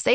Say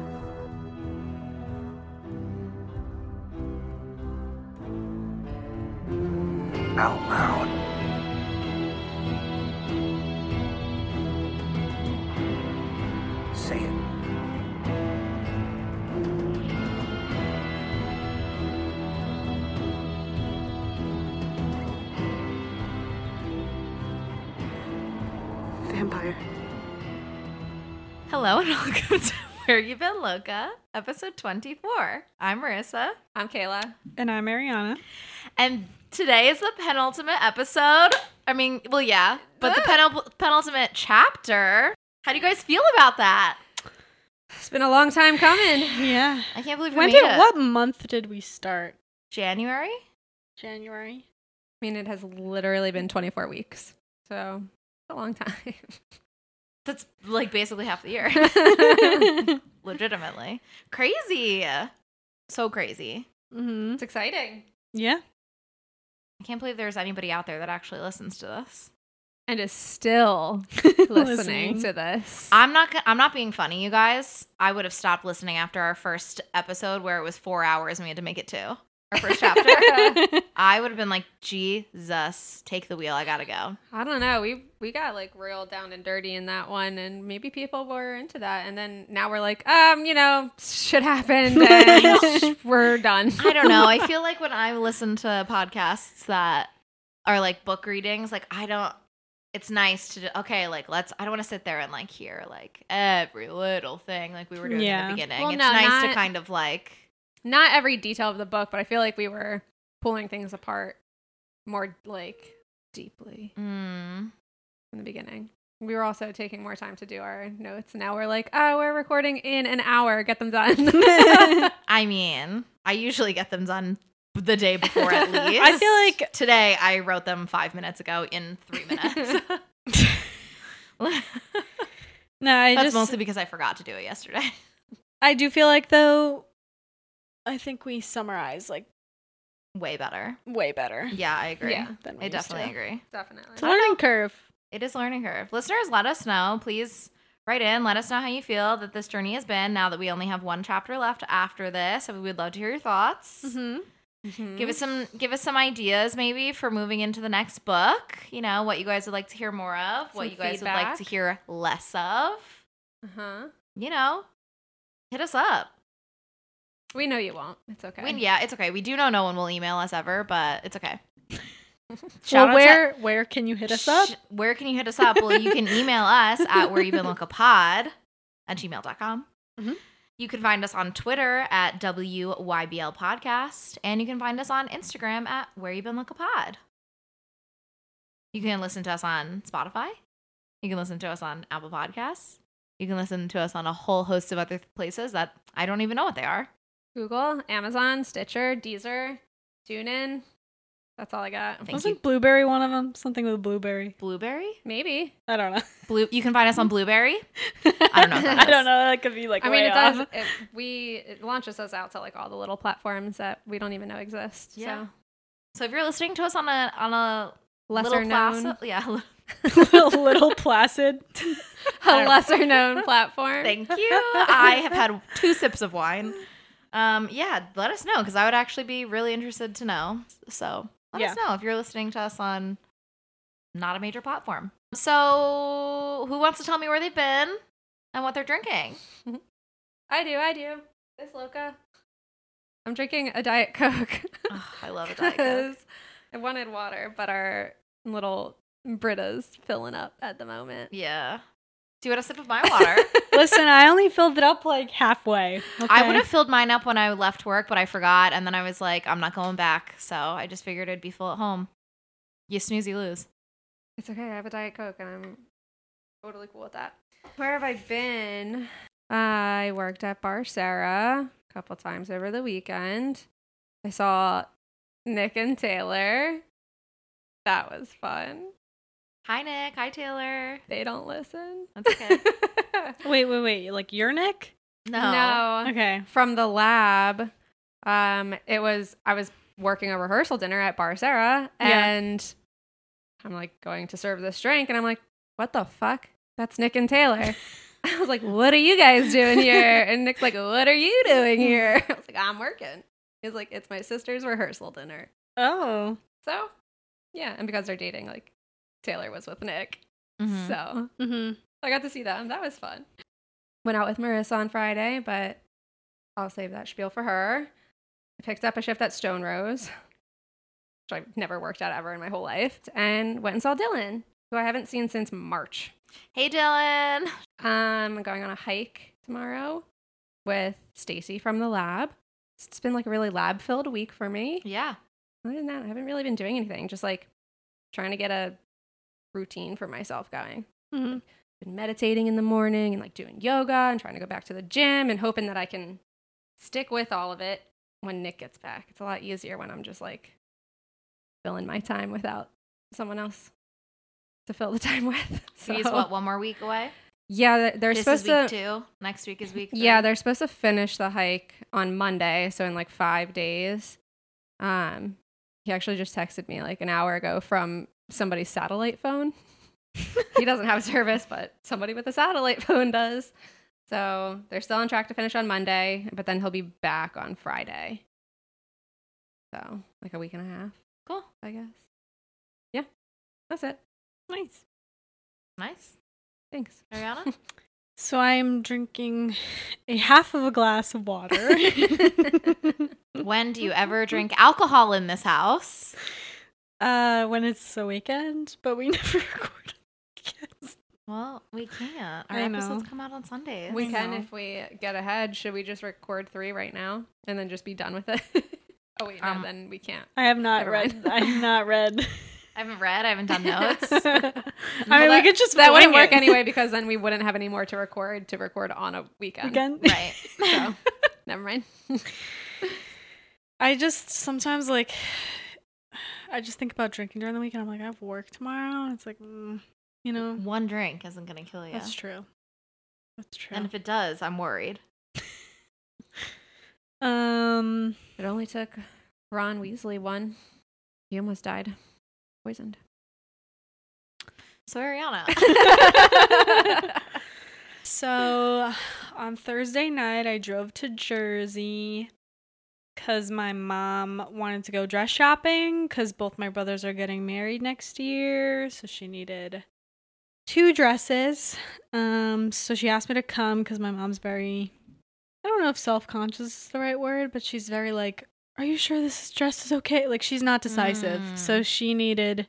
Out loud. Say it. Vampire. Hello and welcome to Where You Been Loca, episode 24. I'm Marissa. I'm Kayla. And I'm Ariana. And today is the penultimate episode. I mean, well, yeah, but the penul- penultimate chapter. How do you guys feel about that? It's been a long time coming. Yeah. I can't believe we When made did it. what month did we start? January? January. I mean, it has literally been 24 weeks. So, it's a long time. That's like basically half the year. Legitimately. Crazy. So crazy. Mm-hmm. It's exciting. Yeah. I can't believe there's anybody out there that actually listens to this. And is still listening Listening. to this. I'm not. go- I'm not being funny, you guys. I would have stopped listening after our first episode where it was four hours and we had to make it two. Our first chapter. I would have been like, Jesus, take the wheel. I gotta go. I don't know. We we got like real down and dirty in that one, and maybe people were into that. And then now we're like, um, you know, shit happened, and we're done. I don't know. I feel like when I listen to podcasts that are like book readings, like I don't. It's nice to okay, like let's. I don't want to sit there and like hear like every little thing like we were doing in Yeah. the beginning. Well, it's no, nice to not- kind of like Not every detail of the book, but I feel like we were pulling things apart more like deeply mm, in the beginning. We were also taking more time to do our notes. Now we're like, oh, we're recording in an hour. Get them done. I mean, I usually get them done the day before at I least. feel like- today I wrote them five minutes ago in three minutes. No, I That's just mostly because I forgot to do it yesterday. I do feel like though I think we summarize like Way better. way better. Yeah, I agree. Yeah, than I we used definitely to. agree. Definitely. It's a learning curve. It is a learning curve. Listeners, let us know. Please write in. Let us know how you feel that this journey has been now that we only have one chapter left after this. So we would love to hear your thoughts. Mm-hmm. Give us some give us some ideas maybe for moving into the next book. You know, what you guys would like to hear more of, what Some you guys would like to feedback. hear less of. Uh-huh. You know, hit us up. We know you won't. It's okay. We, yeah, it's okay. We do know no one will email us ever, but it's okay. Well, out to- where where can you hit us up? Sh- Where can you hit us up? Well, you can email us at where you've been local pod at gmail.com. Mhm. You can find us on Twitter at WYBL Podcast, and you can find us on Instagram at where you've been local pod. You can listen to us on Spotify. You can listen to us on Apple Podcasts. You can listen to us on a whole host of other places that I don't even know what they are. Google, Amazon, Stitcher, Deezer, TuneIn. That's all I got. Thank Wasn't you. blueberry one of them? Something with blueberry. Blueberry? Maybe. I don't know. Blue you can find us on Blueberry. I don't know what that I don't is. know. That could be like. I mean, way it does. off. It, we it launches us out to like all the little platforms that we don't even know exist. Yeah. So So if you're listening to us on a on a lesser little known, class, yeah. li- little placid. a lesser known platform. Thank you. I have had two sips of wine. Um, yeah, let us know because I would actually be really interested to know. So let us know if you're listening to us on not a major platform. So who wants to tell me where they've been and what they're drinking? I do. I do. This loca. I'm drinking a diet coke. Ugh, I love a diet Coke. because I wanted water, but our little Brita's filling up at the moment. Yeah. Do you want a sip of my water? Listen, I only filled it up like halfway. I okay? would have filled mine up when I left work, but I forgot. And then I was like, I'm not going back. So I just figured it'd be full at home. You snooze, you lose. It's okay. I have a diet coke, and I'm totally cool with that. Where have I been? I worked at Bar Sarah a couple times over the weekend. I saw Nick and Taylor. That was fun. Hi, Nick. Hi, Taylor. They don't listen. That's okay. Wait, wait, wait. Like your neck? No. no. Okay. from the lab. Um, it was I was working a rehearsal dinner at Bar Sarah, Yeah. and I'm like going to serve this drink, and I'm like, what the fuck? That's Nick and Taylor. I was like, what are you guys doing here? And Nick's like, what are you doing here? I was like, I'm working. He's like, it's my sister's rehearsal dinner. Oh. So, yeah, and because they're dating, like Taylor was with Nick, Mhm. so Mm-hmm. I got to see them. That was fun. Went out with Marissa on Friday, but I'll save that spiel for her. I picked up a shift at Stone Rose, which I've never worked at ever in my whole life, and went and saw Dylan, who I haven't seen since March. Hey, Dylan. Um, I'm going on a hike tomorrow with Stacy from the lab. It's been like a really lab filled week for me. Yeah. Other than that, I haven't really been doing anything, just like trying to get a routine for myself going Mm-hmm. been meditating in the morning and like doing yoga and trying to go back to the gym and hoping that I can stick with all of it when Nick gets back. It's a lot easier when I'm just like filling my time without someone else to fill the time with. So So he's what, one more week away? yeah, they're- they're this supposed is week to two. Next week is week three. yeah, they're supposed to finish the hike on Monday, so in like five days. Um, he actually just texted me like an hour ago from somebody's satellite phone. he doesn't have service, but somebody with a satellite phone does. So they're still on track to finish on Monday, but then he'll be back on Friday. So like a week and a half, Cool. I guess. Yeah, that's it. Nice. Nice. Thanks. Ariana? So I'm drinking a half of a glass of water. when do you ever drink alcohol in this house? uh, when it's a weekend, but we never record. Yes. Well, we can't. Our I episodes know. come out on Sundays. We I can know. if we get ahead. Should we just record three right now and then just be done with it? oh wait, no, Um, then we can't. I have not Never read. mind. I have not read. I haven't read. I haven't done notes. I mean, we that- could just That wouldn't wing work it. anyway because then we wouldn't have any more to record to record on a weekend. Again, right. So never mind. I just sometimes like I just think about drinking during the week, and I'm like, I have work tomorrow, and it's like, mm, you know, Mm-hmm. One drink isn't going to kill you. that's true. That's true. And if it does, I'm worried. um, It only took Ron Weasley one. He almost died. Poisoned. So, Ariana. so on Thursday night, I drove to Jersey because my mom wanted to go dress shopping because both my brothers are getting married next year, so she needed two dresses. Um, so she asked me to come because my mom's very, I don't know if self conscious is the right word, but she's very like, are you sure this dress is okay? Like she's not decisive, Mm. so she needed.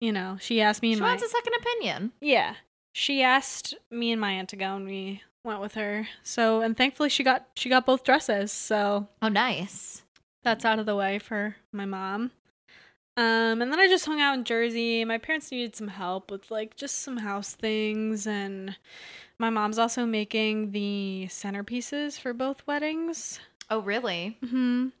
You know, she asked me. she and my, wants a second opinion. yeah. She asked me and my aunt to go and we went with her. So and thankfully she got she got both dresses, so Oh, nice. that's out of the way for my mom. Um and then I just hung out in Jersey. My parents needed some help with like just some house things and my mom's also making the centerpieces for both weddings. Oh, really? Mhm.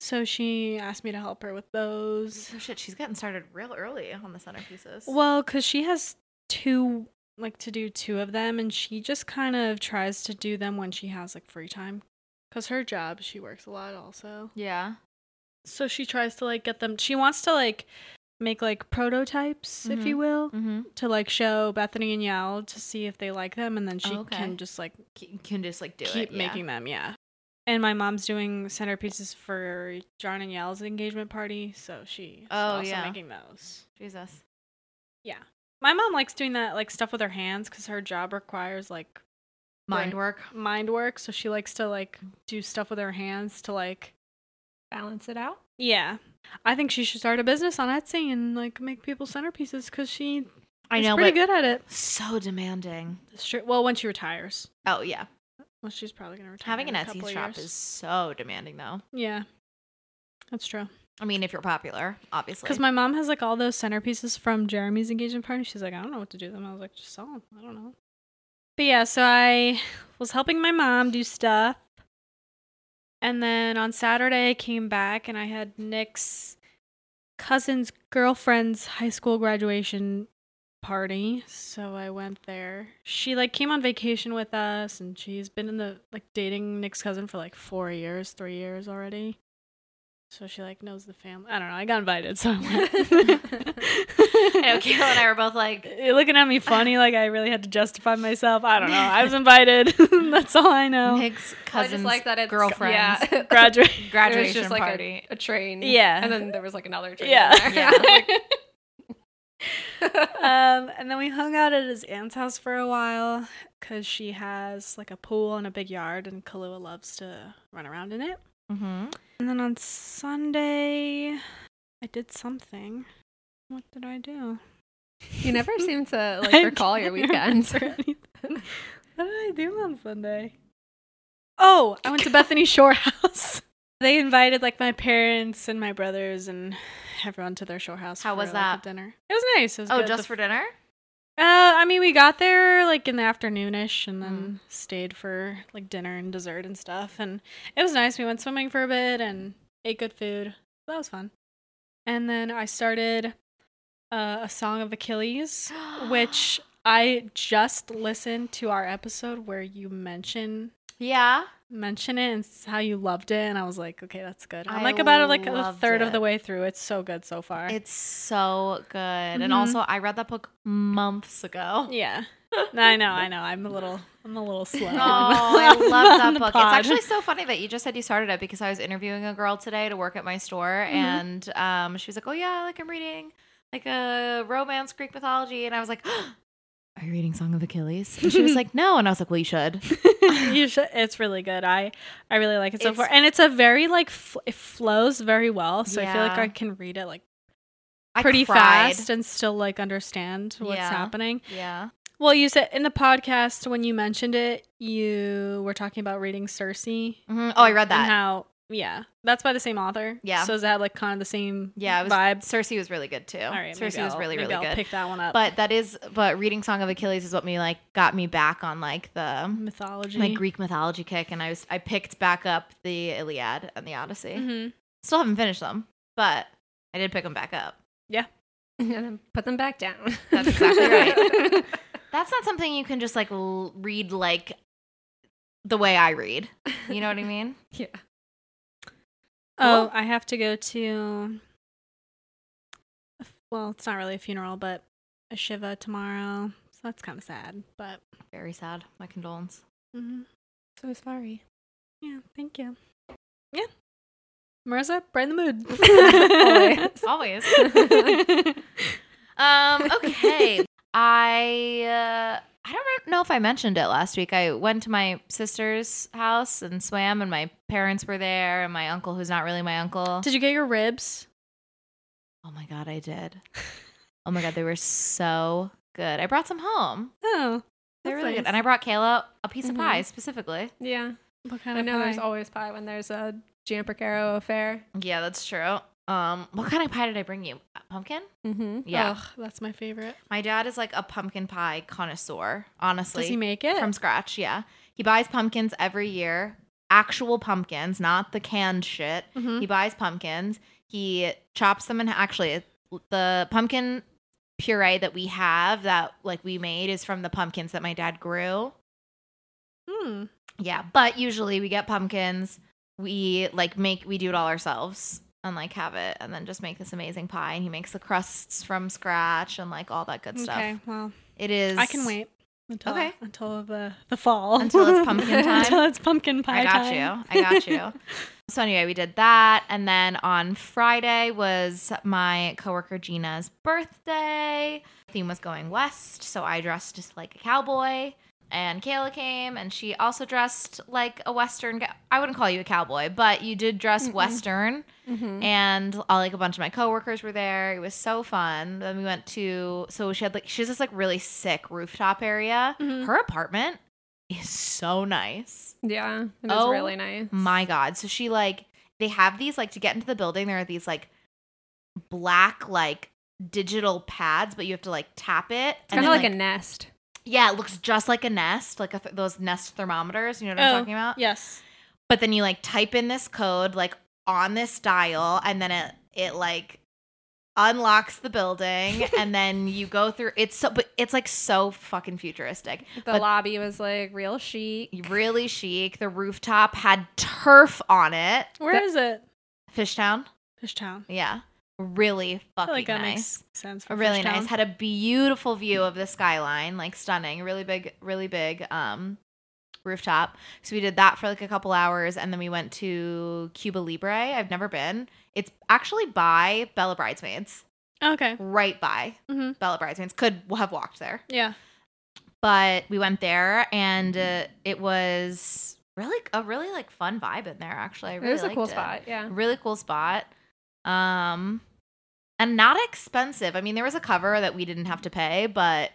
So she asked me to help her with those. Oh shit, she's getting started real early on the centerpieces. Well, because she has two, like to do two of them, and she just kind of tries to do them when she has like free time. Because her job, she works a lot also. yeah. So she tries to like get them, she wants to like make like prototypes, if you will, Mm-hmm. to like show Bethany and Yao to see if they like them, and then she Okay. can just like You can just like do keep it. yeah. making them, yeah. And my mom's doing centerpieces for John and Yale's engagement party, so she's Oh, also yeah. making those. Jesus. Yeah. My mom likes doing that like stuff with her hands cuz her job requires like Mind Right. work. mind work, so she likes to like do stuff with her hands to like Balance it out. yeah. I think she should start a business on Etsy and like make people centerpieces cuz she I is know, pretty but good at it. so demanding. It's true. Well, when she retires. Oh yeah, Well, she's probably going to retire. having an in a couple Etsy of shop years. is so demanding, though. Yeah. That's true. I mean, if you're popular, obviously. Because my mom has like all those centerpieces from Jeremy's engagement party. She's like, I don't know what to do with them. I was like, just sell them. I don't know. But yeah, so I was helping my mom do stuff. And then on Saturday, I came back and I had Nick's cousin's girlfriend's high school graduation party. So I went there. She like came on vacation with us and she's been in the like dating Nick's cousin for like four years, three years already. So she like knows the family. I don't know. I got invited, so I went. I know Kayla and I were both like, You're Eh, looking at me funny, like I really had to justify myself. I don't know. I was invited. That's all I know. Nick's I cousin's just like that it's girlfriend's Yeah. Graduate. There was graduation just like a- party. A, train. Yeah. And then there was like another train. Yeah. in there. um, and then we hung out at his aunt's house for a while because she has like a pool and a big yard, and Kalua loves to run around in it. mm-hmm. And then on Sunday, I did something. What did I do? You never seem to I like recall your can't weekends. remember anything. what did I do on Sunday? Oh, I went to Bethany Shore House. They invited like my parents and my brothers and everyone to their shore house. How for, was like, a that? dinner? It was nice. It was Oh, good. just The- for dinner? Uh, I mean, we got there like in the afternoonish, and then Mm. stayed for like dinner and dessert and stuff. And it was nice. We went swimming for a bit and ate good food. That was fun. And then I started uh, a song of Achilles, which I just listened to our episode where you mention Yeah. mention it and s- how you loved it, and I was like, okay, that's good. I'm I like about like a loved third of it. the way through. It's so good so far. It's so good. And Mhm. also, I read that book months ago. yeah. I know, I know. I'm a little, I'm a little slow. Oh, I love on that the book. pod. It's actually so funny that you just said you started it because I was interviewing a girl today to work at my store, Mm-hmm. and um, she was like, "Oh yeah, like I'm reading like a romance Greek mythology," and I was like, "Are you reading Song of Achilles?" And she was like, "No," and I was like, "Well, you should." you should, it's really good. I I really like it so It's- far, and it's a very like fl- it flows very well. So I feel like Yeah. I can read it like I pretty cried. fast and still like understand what's Yeah. happening. Yeah. Well, you said in the podcast when you mentioned it, you were talking about reading Circe. Mhm. Oh, I read And that. how yeah, that's by the same author. Yeah. So does that have, like kind of the same Yeah, it was, vibe? Circe was really good too. All right, Circe maybe was I'll- really maybe really I'll good. Pick that one up. But that is, but reading Song of Achilles is what me like got me back on like the mythology, my Greek mythology kick, and I was I picked back up the Iliad and the Odyssey. hmm Still haven't finished them, but I did pick them back up. and then put them back down. That's exactly right. That's not something you can just like l- read like the way I read. You know what I mean? Yeah. Oh, Cool. I have to go to. a f- Well, it's not really a funeral, but a shiva tomorrow, so that's kind of sad. But Very sad. My condolence. mhm. So sorry. yeah, thank you. Yeah, Marissa, brighten the mood. Always. Always. Um. Okay. I. Uh, I don't know if I mentioned it last week. I went to my sister's house and swam, and my parents were there, and my uncle, who's not really my uncle. Did you get your ribs? oh my god, I did. Oh my god, they were so good. I brought some home. Oh, They're that's really good. nice. And I brought Kayla a piece Mhm. of pie specifically. Yeah. what kind I know there's pie? always pie when there's a Jumper Caro affair. Yeah, that's true. Um, what kind of pie did I bring you? A Pumpkin? Mm-hmm. Yeah. Ugh, that's my favorite. My dad is like a pumpkin pie connoisseur, honestly. Does he make it? From scratch, yeah. He buys pumpkins every year actual pumpkins, not the canned shit. Mm-hmm. He buys pumpkins. He chops them and actually the pumpkin puree that we have that like we made is from the pumpkins that my dad grew. Hmm. Yeah, but usually we get pumpkins. We like make we do it all ourselves and like have it and then just make this amazing pie and he makes the crusts from scratch and like all that good Okay. stuff. Well, It is I can wait until Okay. until the the fall Until it's pumpkin time? until it's pumpkin pie. I got time. you. I got you. so anyway, we did that, and then on Friday was my coworker Gina's birthday. Theme was going west, so I dressed just like a cowboy. And Kayla came, and she also dressed like a western. Ga- I wouldn't call you a cowboy, but you did dress western. And all, like a bunch of my coworkers were there. It was so fun. Then we went to so she had like she has this like really sick rooftop area. Her apartment is so nice. Yeah, it was Oh really nice. My God. So she like they have these like to get into the building, there are these like black like digital pads, but you have to like tap it. and kind of then, like, a nest. yeah, it looks just like a nest, like a th- those nest thermometers. You know what I'm Oh, talking about? Yes. But then you like type in this code like on this dial, and then it it like unlocks the building, and then you go through. It's so, but it's like so fucking futuristic. The But- lobby was like real chic. Really chic. The rooftop had turf on it. Where is it? Fishtown. Fishtown. Yeah. Really I feel fucking like that nice. makes sense for Really Fishtown. nice. Had a beautiful view of the skyline, like stunning. Really big, really big um rooftop. So we did that for like a couple hours and then we went to Cuba Libre. I've never been. It's actually by Bella Bridesmaids. okay. Right by Mm-hmm. Mhm. Bella Bridesmaids. Could have walked there. Yeah. But we went there and uh, it was really a really like fun vibe in there actually. I really it was a liked cool spot. Yeah. really cool spot um and not expensive i mean there was a cover that we didn't have to pay but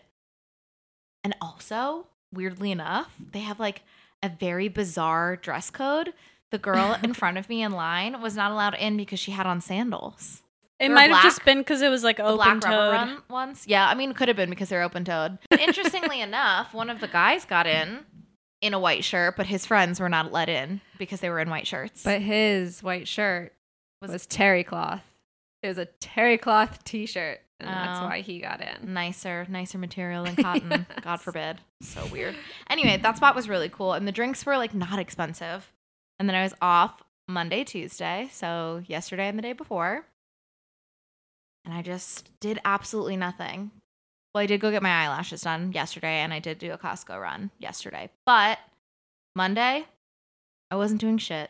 and also weirdly enough they have like a very bizarre dress code the girl in front of me in line was not allowed in because she had on sandals It They're might have just black. been because it was like the open black rubber toed. run ones yeah i mean could have been because they're open toed interestingly enough one of the guys got in in a white shirt but his friends were not let in because they were in white shirts But his white shirt Was- was, terry cloth. It was a terry cloth T-shirt, and that's Oh. why he got in. nicer, nicer material than cotton. God forbid. So weird. Anyway, that spot was really cool, and the drinks were like not expensive. And then I was off Monday, Tuesday, so yesterday and the day before, and I just did absolutely nothing. Well, I did go get my eyelashes done yesterday, and I did do a Costco run yesterday, but Monday, I wasn't doing shit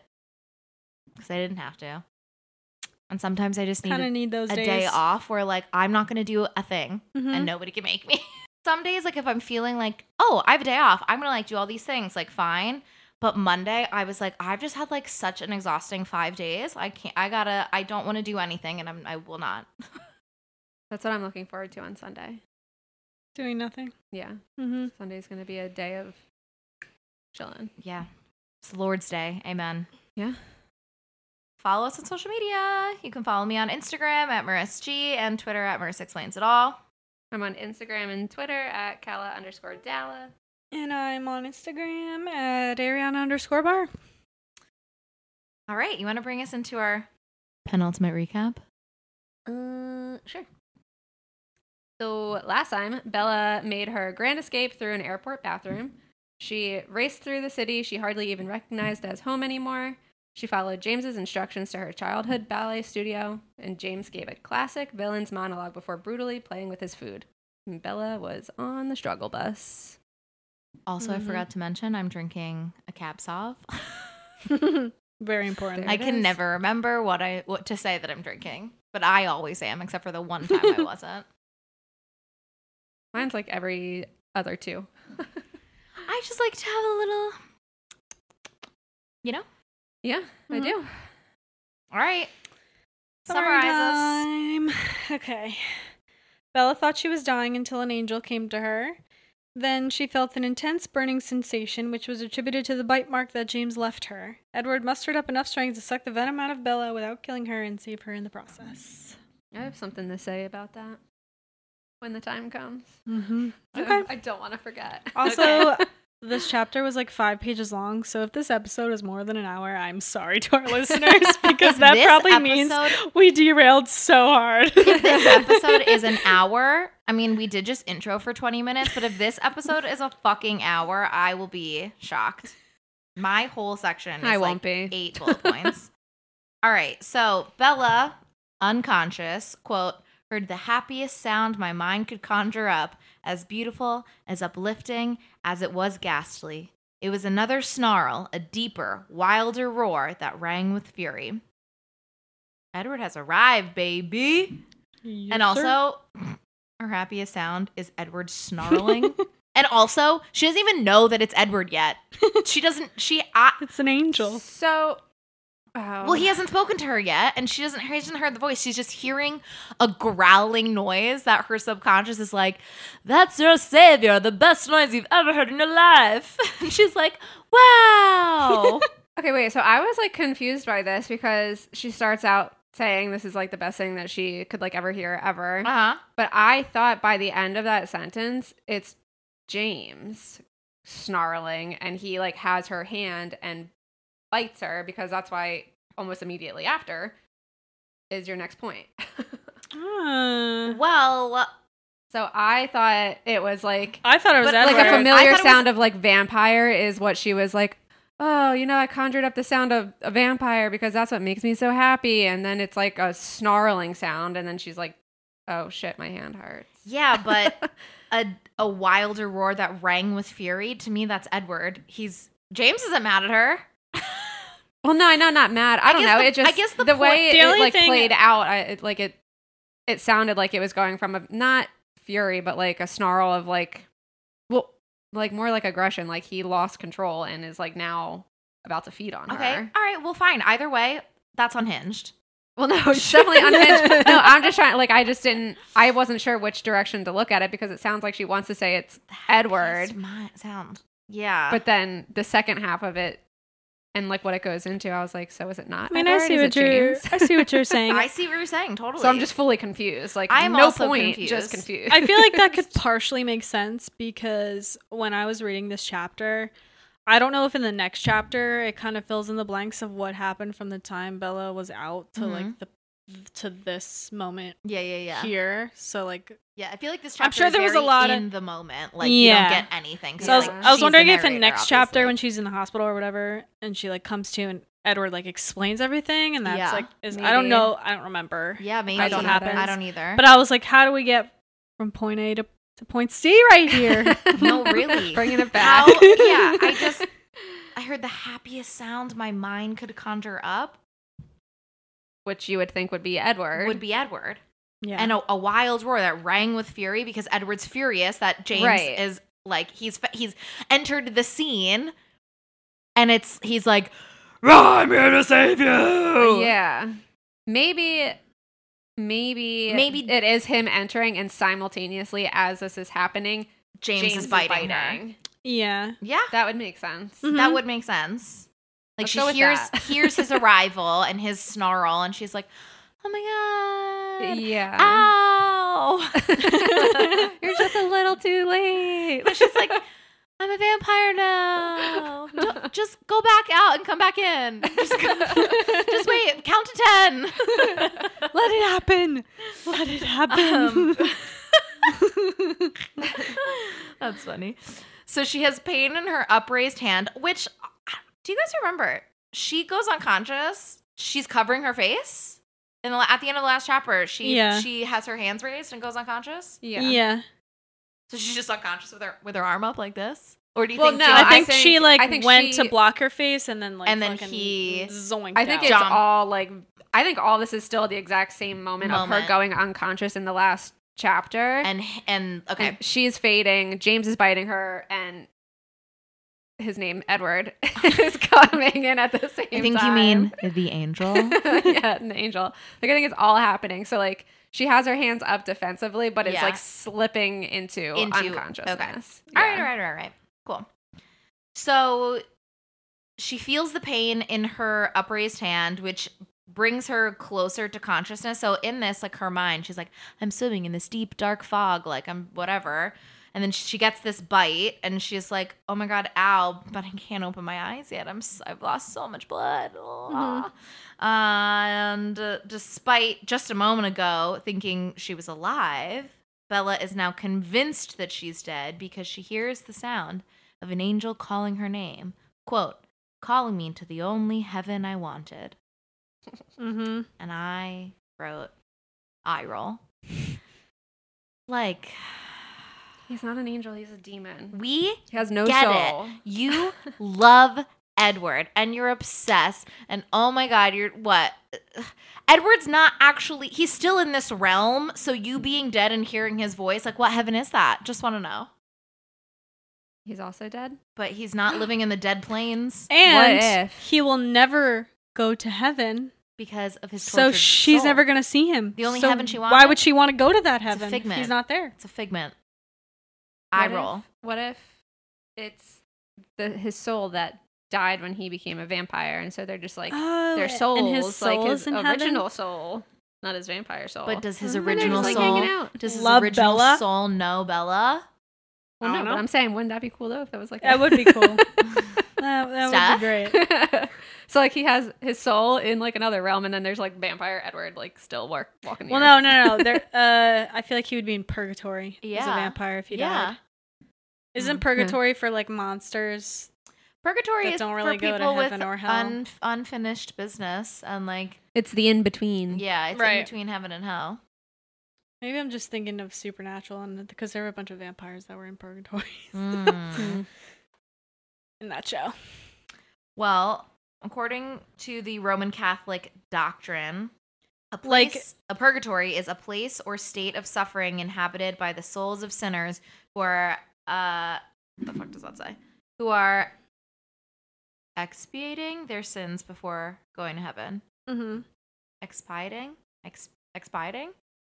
because I didn't have to. And sometimes I just Kind of needed need those a days. day off where like I'm not gonna do a thing Mhm. and nobody can make me. Some days, like if I'm feeling like, oh, I have a day off, I'm gonna like do all these things, like fine. But Monday, I was like, I've just had like such an exhausting five days. I can't. I gotta. I don't want to do anything, and I'm. I will not. That's what I'm looking forward to on Sunday. Doing nothing. Yeah, Mm-hmm. Sunday's gonna be a day of chilling. Yeah, it's the Lord's Day. Amen. Yeah. Follow us on social media. You can follow me on Instagram at Marissa G and Twitter at Marissa Explains It All. I'm on Instagram and Twitter at Kala underscore Dalla. And I'm on Instagram at Ariana underscore bar. All right, you want to bring us into our penultimate recap? Uh, sure. So last time, Bella made her grand escape through an airport bathroom. She raced through the city she hardly even recognized as home anymore. She followed James's instructions to her childhood ballet studio, and James gave a classic villain's monologue before brutally playing with his food. And Bella was on the struggle bus. Also, I Mhm. forgot to mention I'm drinking a cab sauv. Very important. There I it can is. never remember what I what to say that I'm drinking, but I always am, except for the one time I wasn't. Mine's like every other two. I just like to have a little, you know. Yeah, I Mhm. do. All right, summarize us. Summarizes. Okay. Bella thought she was dying until an angel came to her. Then she felt an intense burning sensation, which was attributed to the bite mark that James left her. Edward mustered up enough strength to suck the venom out of Bella without killing her and save her in the process. I have something to say about that when the time comes. Mm-hmm. I- Okay. I don't want to forget. Also, This chapter was like five pages long, so if this episode is more than an hour, I'm sorry to our listeners because that This probably means episode- we derailed so hard. If this episode is an hour, I mean, we did just intro for 20 minutes, but if this episode is a fucking hour, I will be shocked. My whole section is I won't like be. eight bullet points. All right. So Bella, unconscious, quote, heard the happiest sound my mind could conjure up, as beautiful, as uplifting, as it was ghastly. It was another snarl, a deeper, wilder roar that rang with fury. Edward has arrived, baby. And also, her happiest sound is Edward snarling. and also, she doesn't even know that it's Edward yet. She doesn't. She. I, it's an angel. So, oh. well, he hasn't spoken to her yet, and she doesn't. She hasn't heard the voice. She's just hearing a growling noise that her subconscious is like, "That's your savior, the best noise you've ever heard in your life." And she's like, "Wow." Okay, wait. So I was like confused by this because she starts out saying this is like the best thing that she could like ever hear ever. uh huh. But I thought by the end of that sentence, it's James snarling and he like has her hand and bites her because that's why almost immediately after is your next point. Ah. Well, so I thought it was like I thought it was But, like, Edward. like a Uh, I familiar thought it was- sound of like vampire is what she was like oh you know i conjured up the sound of a vampire because that's what makes me so happy and then it's like a snarling sound and then she's like oh shit my hand hurts yeah, but a a wilder roar that rang with fury. To me, that's Edward. He's James isn't mad at her. well no i know not mad i, don't guess know the- it just I guess the the, point- way the it, only like thing- played out I, it, like it it sounded like it was going from a not fury but like a snarl of like well like more like aggression like he lost control and is like now about to feed on Okay. her All right. Well, fine. Either way, that's unhinged. Well, no, it's definitely unhinged. no, I'm just trying. Like, I just didn't. I wasn't sure which direction to look at it because it sounds like she wants to say it's Edward, Yes, my sound. Yeah. but then the second half of it and like what it goes into, I was like, so is it not? I mean, I Edward? see Is what it you're. James? I see what you're saying. I see what you're saying. Totally. so I'm just fully confused. Like, I am no also point, confused. just confused. I feel like that could partially make sense because when I was reading this chapter, I don't know if in the next chapter it kind of fills in the blanks of what happened from the time Bella was out to like the to this moment Yeah, yeah, Mm-hmm. yeah. here. So like, Yeah. I feel like this chapter. I'm sure is there was a very lot of- in the moment. Like you Yeah. don't get anything. 'cause, so I was, like, I was she's the wondering if narrator, in next chapter when obviously. she's in the hospital or whatever, and she like comes to and Edward like explains everything, and that's Yeah, like is I don't maybe. know, I don't remember. Yeah, maybe. don't I happens. don't either. But I was like, how do we get from point A to to point C right here? no, really. Bringing it How- back. yeah. I just. I heard the happiest sound my mind could conjure up Which you would think would be Edward. would be Edward. yeah. and a, a wild roar that rang with fury because Edward's furious that James Right. is like he's fa- he's entered the scene, and it's he's like, "I'm here to save you." Yeah. Maybe maybe Maybe- it is him entering and simultaneously as this is happening, James, James, is biting, her. biting. yeah. Yeah, That would make sense. that would make sense. Like Let's she go with hears that. hears his arrival and his snarl, and she's like, "Oh my god, Yeah. ow!" You're just a little too late. But she's like, I'm a vampire now. Don't- just go back out and come back in. Just, go- just wait, count to 10. Let it happen. Let it happen. Um, Um, That's funny. So she has pain in her upraised hand, which, do you guys remember? She goes unconscious. She's covering her face. And at the end of the last chapter, she Yeah. she has her hands raised and goes unconscious. yeah. yeah. So she's just unconscious with her with her arm up like this. Or do you Well, think no, she, I I think think- she like I think went to she- block her face and then like And then fucking he- zoinked I think out. it's Jump. all like I think all this is still the exact same moment, of Moment. her going unconscious in the last chapter. and and okay, And she's fading, James is biting her, and his name, Edward, is coming in at the same time. I think you mean the angel. yeah, an angel. Like I think it's all happening. So like she has her hands up defensively, but it's Yeah. like slipping into, Into- okay. unconsciousness. All right, all right, all right, all right. Cool. So she feels the pain in her upraised hand, which brings her closer to consciousness. So in this, like her mind, she's like, I'm swimming in this deep, dark fog, like I'm whatever. And then she gets this bite, and she's like, "Oh my god, ow!" But I can't open my eyes yet. I'm s- I've lost so much blood. Ah. And uh, despite just a moment ago thinking she was alive, Bella is now convinced that she's dead because she hears the sound of an angel calling her name. Quote, "Calling me to the only heaven I wanted." Mm-hmm. and I wrote eye roll. Like He's not an angel. He's a demon. we He has no get soul. it. You love Edward and you're obsessed and oh my god, you're what? Edward's not actually he's still in this realm, so you being dead and hearing his voice, like what heaven is that? Just want to know. He's also dead. But he's not living in the dead plains And if? he will never go to heaven. because of his So tortured she's soul. never going to see him. The only So heaven she Why wanted? would she want to go to that a heaven? figment. He's not there. It's a figment. Eye What if- roll. what if it's the, his soul that died when he became a vampire, and so they're just like Oh, their and his souls, like soul his is in original heaven? soul, not his vampire soul. But does his Mhm. They're just, original like, soul hanging out. does his Love original Bella? soul know Bella? well, I no, don't but know. I'm saying, wouldn't that be cool though? If that was like That would be cool. That, that Steph? would be great. so like he has his soul in like another realm, and then there's like vampire Edward like still work, walking. the Well, earth. no, no, no. There, uh, I feel like he would be in purgatory as a Yeah. vampire if he Yeah. died. Isn't purgatory for like monsters? Purgatory That is don't really for go to people with heaven or hell. un- unfinished business and like it's the in between. yeah, it's in Right. between heaven and hell. Maybe I'm just thinking of supernatural, and because there were a bunch of vampires that were in purgatory Mm. in that show. well, according to the Roman Catholic doctrine, a Like- place, a purgatory is a place or state of suffering inhabited by the souls of sinners who are uh what the fuck does that say? Who are expiating their sins before going to heaven. Mm-hmm. Expiating? Ex- expiating?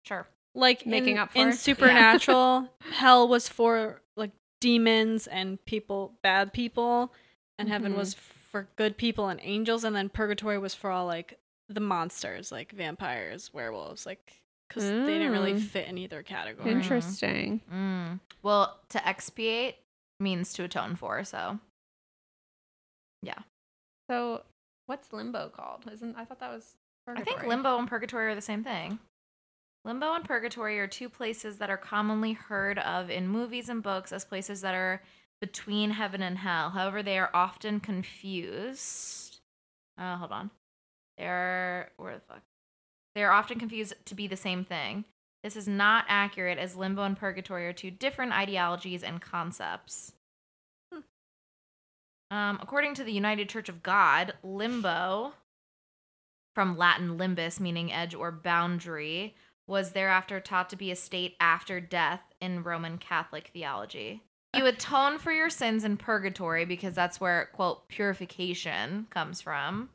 Sure. Like Making in, up for it. in Yeah. supernatural, hell was for like demons and people, bad people, and heaven Mhm. was for good people and angels, and then purgatory was for all like the monsters, like vampires, werewolves, like because they didn't really Mm. fit in either category. Interesting. Mm. Well, to expiate means to atone for, so So what's limbo called? Isn't I thought that was. I think purgatory. limbo and purgatory are the same thing. Limbo and purgatory are two places that are commonly heard of in movies and books as places that are between heaven and hell. However, they are often confused. Uh, hold on. They're where the fuck? They are often confused to be the same thing. This is not accurate as limbo and purgatory are two different ideologies and concepts. Um, according to the United Church of God, limbo from Latin limbus, meaning edge or boundary, was thereafter taught to be a state after death in Roman Catholic theology. You atone for your sins in purgatory because that's where, quote, purification comes from.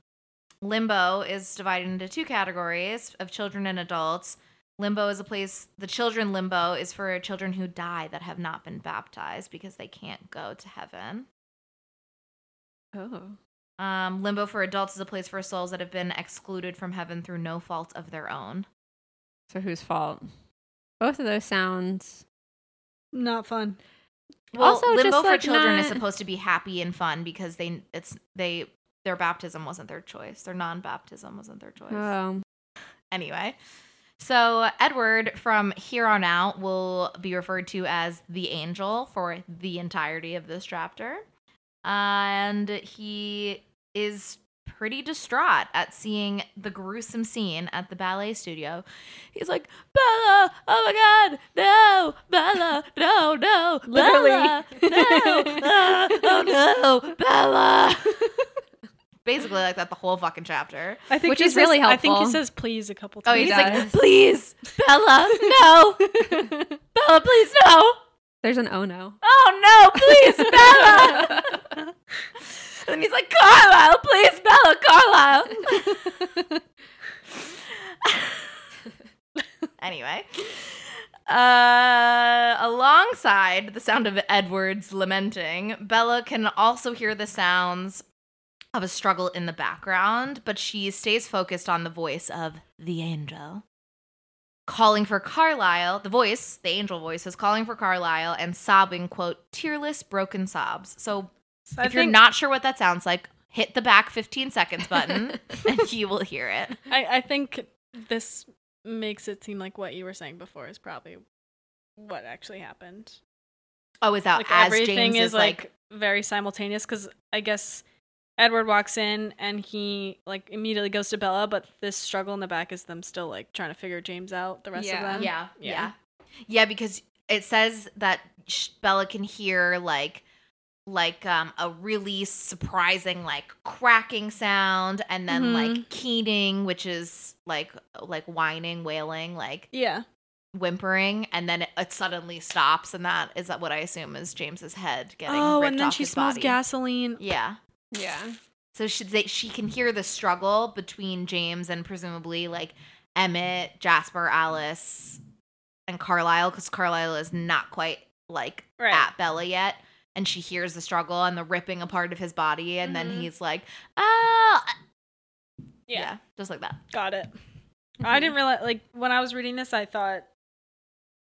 Limbo is divided into two categories of children and adults. Limbo is a place, the children limbo is for children who die that have not been baptized because they can't go to heaven. Oh. Um, limbo for adults is a place for souls that have been excluded from heaven through no fault of their own. So whose fault? Both of those sounds. Not fun. Well, Also, limbo just, for like, children is not- supposed to be happy and fun because they it's they their baptism wasn't their choice. Their non-baptism wasn't their choice. Um, anyway, so Edward from here on out will be referred to as the angel for the entirety of this chapter. And he is pretty distraught at seeing the gruesome scene at the ballet studio. He's like, Bella, oh my God, no, Bella, no, no, Literally. Bella, no, ah, oh no, Bella. Basically, like that the whole fucking chapter. I Which is really I think he helpful. says please a couple Oh, times. He he's like, does. please, Bella, no, Bella, please, no, there's an oh no. oh no, please, Bella. and then he's like, Carlisle, please, Bella, Carlisle. anyway, uh, alongside the sound of Edward's lamenting, Bella can also hear the sounds of a struggle in the background, but she stays focused on the voice of the angel. calling for Carlisle. The voice, the angel voice, was calling for Carlisle and sobbing, quote, tearless, broken sobs. So So I if you're think- not sure what that sounds like, hit the back 15 seconds button and you will hear it. I, I think this makes it seem like what you were saying before is probably what actually happened. Oh, is that like as everything James is like, very simultaneous because I guess Edward walks in and he like immediately goes to Bella, but this struggle in the back is them still like trying to figure James out. The rest Yeah. of them, Yeah, Yeah. yeah, yeah. Because it says that sh- Bella can hear like, like um, a really surprising like cracking sound, and then Mm-hmm. like keening, which is like like whining, wailing, like yeah, whimpering, and then it, it suddenly stops, and that is what I assume is James's head getting. Oh, ripped and then off she his smells body. gasoline. Yeah. Yeah. So she they, she can hear the struggle between James and presumably like Emmett, Jasper, Alice, and Carlisle because Carlisle is not quite like Right. at Bella yet, and she hears the struggle and the ripping apart of his body, and Mhm. then he's like, "Oh, Yeah. just like that." got it. Mm-hmm. I didn't realize like when I was reading this, I thought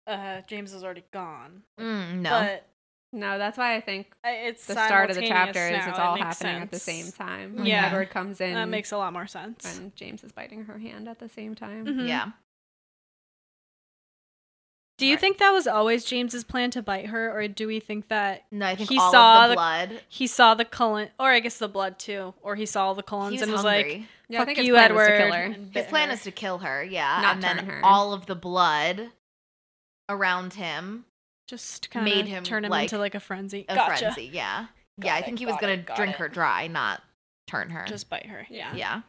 uh James was already gone. Mm, no, But No, that's why I think I- it's the start of the simultaneous chapter is now. it's It all happening makes at the sense. same time. Like, Yeah. Edward comes in That makes a lot more sense. and James is biting her hand at the same time. Mhm. yeah, Do you think that was always James's plan to bite her, or do we think that no. I think He all of saw the- the blood. he saw the colon, or I guess the blood too, or he saw the He colons was and was hungry. like, Yeah, I "Fuck think his you, plan Edward." was to kill her. and his bit plan her. is to kill her, yeah, Not and then turn her. all of the blood around him just kind made of him, turn him like, into like a frenzy. a gotcha. frenzy. Yeah. yeah, Got I it, think he was got gonna it, got drink it. her dry, not turn her. Just bite her. Yeah. yeah.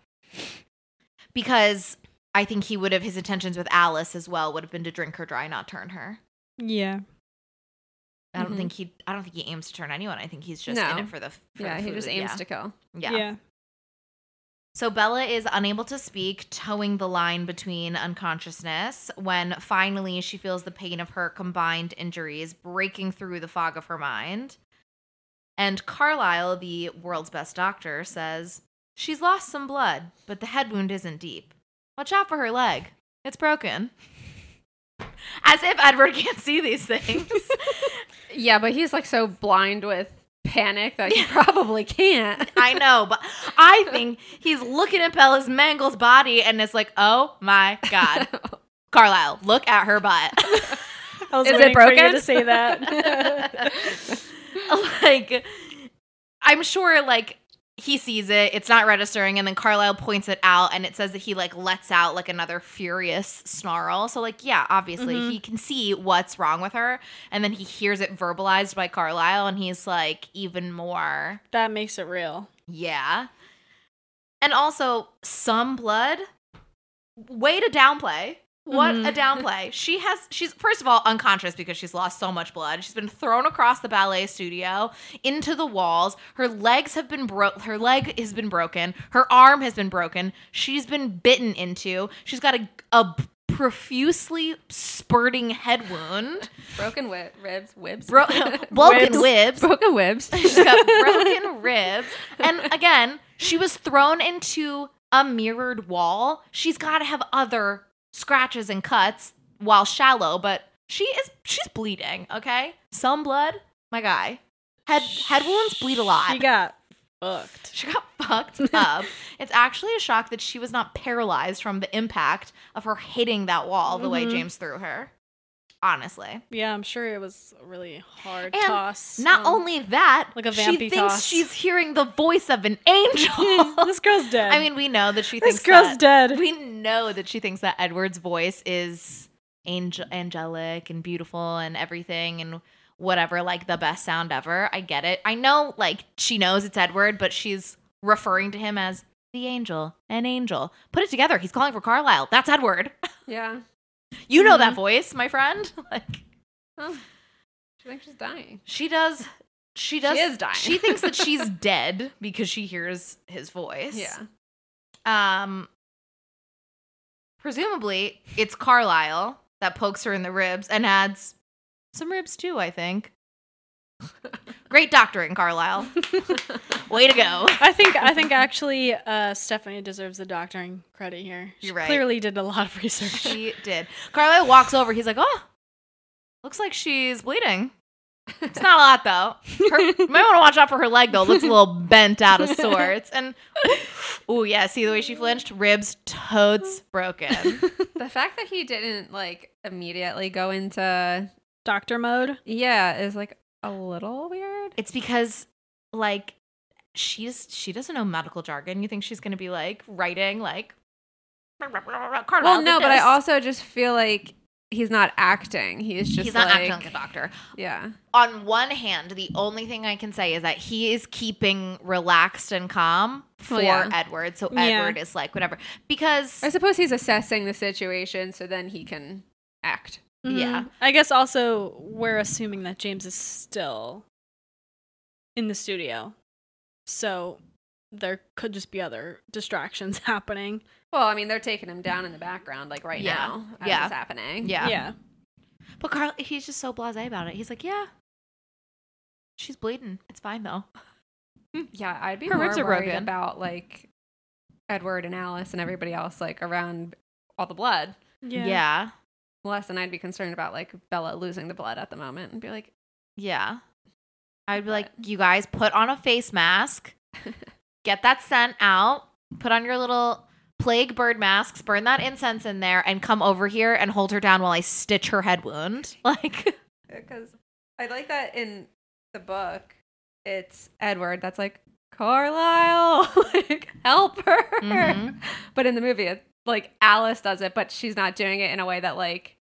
Because I think he would have his intentions with Alice as well would have been to drink her dry, not turn her. Yeah. I don't Mhm. think he I don't think he aims to turn anyone. I think he's just in No. it for the for Yeah, the he food, just aims yeah. to kill. yeah. So Bella is unable to speak, towing the line between unconsciousness when finally she feels the pain of her combined injuries breaking through the fog of her mind. And Carlyle, the world's best doctor, says, She's lost some blood, but the head wound isn't deep. Watch out for her leg. It's broken. As if Edward can't see these things. Yeah, but he's like so blind with panic that he Yeah. probably can't. I know, but I think he's looking at Bella's mangled body and it's like, oh my God. Carlisle, look at her butt. I was Is it waiting for you broken? to say that. like, I'm sure, like, he sees it, it's not registering, and then Carlisle points it out, and it says that he, like, lets out, like, another furious snarl. So, like, yeah, obviously, Mhm. he can see what's wrong with her, and then he hears it verbalized by Carlisle, and he's, like, even more, that makes it real. yeah. And also, some blood. Way to downplay. What a Mhm. downplay. She has, she's, first of all, unconscious because she's lost so much blood. She's been thrown across the ballet studio into the walls. Her legs have been bro, her leg has been broken. Her arm has been broken. She's been bitten into. She's got a, a profusely spurting head wound, Broken wi- ribs, whibs. bro, broken ribs. Broken whibs. She's got broken ribs. And again, she was thrown into a mirrored wall. She's got to have other scratches and cuts while shallow, but she is she's bleeding, okay? Some blood, my guy. Head head wounds bleed a lot. She got fucked. She got fucked up. It's actually a shock that she was not paralyzed from the impact of her hitting that wall the way Mhm. James threw her. Honestly. Yeah, I'm sure it was a really hard And toss. Not Um, only that, like a she vampy thinks toss. she's hearing the voice of an angel. this girl's dead. I mean, we know that she This thinks girl's that, dead. We know that she thinks that Edward's voice is angel- angelic and beautiful and everything and whatever, like the best sound ever. I get it. I know, like she knows it's Edward, but she's referring to him as the angel, an angel. Put it together. He's calling for Carlisle. That's Edward. yeah. You know Mm-hmm. that voice, my friend. Like Oh, she thinks she's dying. she does. She does. is dying. She thinks that she's dead because she hears his voice. Yeah. Um, presumably, it's Carlisle that pokes her in the ribs and adds some ribs too, I think. Great doctoring, Carlisle. Way to go. I think I think actually uh, Stephanie deserves the doctoring credit here. She You're right. clearly did a lot of research. She did. Carlisle walks over. He's like, oh, looks like she's bleeding. It's not a lot though. Her, you might want to watch out for her leg though. It looks a little bent out of sorts. And oh yeah, see the way she flinched. Ribs totes broken. The fact that he didn't like immediately go into Doctor mode. yeah is like a little weird. It's because like she's she doesn't know medical jargon. You think she's gonna be like writing like. Carlisle Well, did no, but I this. also just feel like he's not acting. He's just he's not like, acting like a doctor. Yeah. on one hand, the only thing I can say is that he is keeping relaxed and calm for Well, yeah. Edward. So Yeah. Edward is like whatever because I suppose he's assessing the situation so then he can act. Yeah. Mhm. I guess also we're assuming that James is still in the studio. So there could just be other distractions happening. Well, I mean, they're taking him down in the background, like right Yeah. now. As Yeah. It's happening. yeah. yeah. But Carl, he's just so blasé about it. He's like, yeah, she's bleeding. It's fine though. Yeah. I'd be Her more ribs are worried broken. about like Edward and Alice and everybody else, like around all the blood. Yeah, Yeah. yeah. Less than I'd be concerned about like Bella losing the blood at the moment and be like, I'd be like, you guys put on a face mask, get that scent out, put on your little plague bird masks, burn that incense in there, and come over here and hold her down while I stitch her head wound. Like. Because "Uh, I like that in the book, it's Edward that's like, Carlisle, like, help her. Mhm. But in the movie, it, like, Alice does it, but she's not doing it in a way that, like,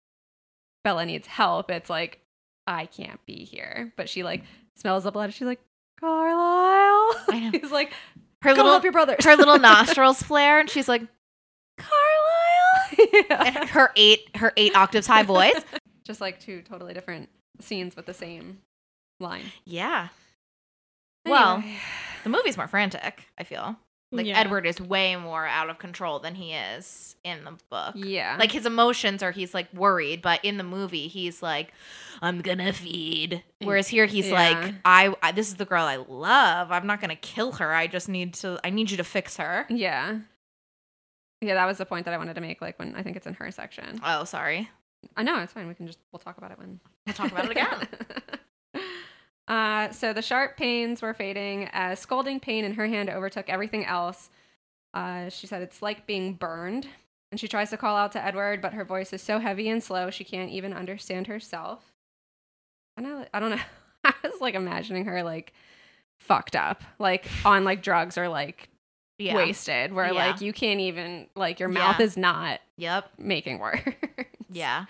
Bella needs help. It's like, I can't be here. But she, like, smells the blood. She's like, Carlisle. I know. He's like, her go little help your brothers. her little nostrils flare and she's like Carlisle. and yeah. her eight her eight octaves high voice Just like two totally different scenes with the same line. yeah well Anyway. the movie's more frantic i feel like Yeah. edward is way more out of control than he is in the book yeah. like his emotions are he's like worried but in the movie he's like i'm gonna feed whereas here he's Yeah. like I, I this is the girl i love i'm not gonna kill her i just need to i need you to fix her Yeah. Yeah, that was the point that I wanted to make, like when I think it's in her section. oh sorry I know, it's fine. We can just we'll talk about it when we'll talk about it again uh, so the sharp pains were fading as scalding pain in her hand overtook everything else. Uh, she said it's like being burned. And she tries to call out to Edward, but her voice is so heavy and slow she can't even understand herself. And I, I don't know. I was like imagining her like fucked up, like on like drugs or like yeah wasted where Yeah. like you can't even like your mouth Yeah. is not yep making words. yeah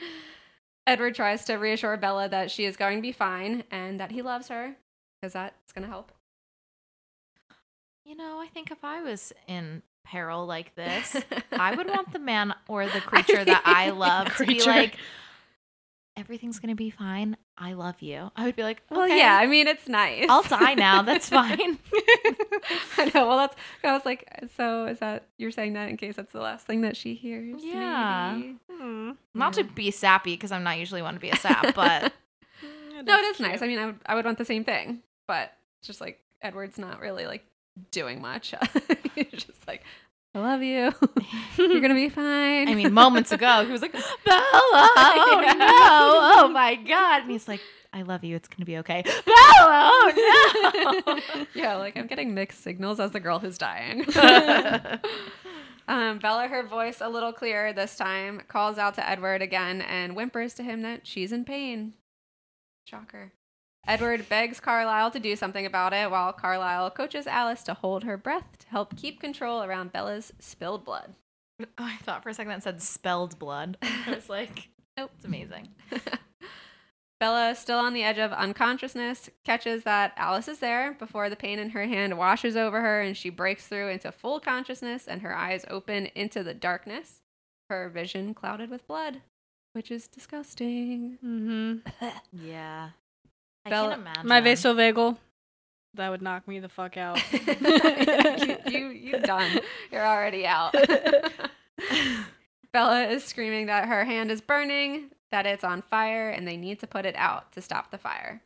Edward tries to reassure Bella that she is going to be fine and that he loves her because that's going to help. You know, I think if I was in peril like this, I would want the man or the creature that I love to be Creature. like, everything's going to be fine. I love you. I would be like, Well, "Okay, yeah, I mean it's nice. I'll die now. That's fine. I know. Well, that's. I was like, so is that you're saying that in case that's the last thing that she hears? Yeah. maybe? Not to be sappy because I'm not usually one to be a sap, but no, it is nice. I mean, I would, I would want the same thing, but it's just like Edward's not really like doing much. He's just like, I love you. You're gonna be fine. I mean, moments ago, he was like, Bella, oh Yeah. no, oh my God. And he's like, I love you. It's going to be okay. Bella, oh no. yeah, like I'm getting mixed signals as the girl who's dying. um, Bella, her voice a little clearer this time, calls out to Edward again and whimpers to him that she's in pain. Shocker. Edward begs Carlisle to do something about it while Carlisle coaches Alice to hold her breath to help keep control around Bella's spilled blood. Oh, I thought for a second that said spelled blood. I was like, nope, it's amazing. Bella, still on the edge of unconsciousness, catches that Alice is there before the pain in her hand washes over her and she breaks through into full consciousness and her eyes open into the darkness, her vision clouded with blood, which is disgusting. Mm-hmm. Yeah. I Bella- can imagine. My vasovagal. That would knock me the fuck out. you, you, you're done. You're already out. Bella is screaming that her hand is burning, that it's on fire, and they need to put it out to stop the fire.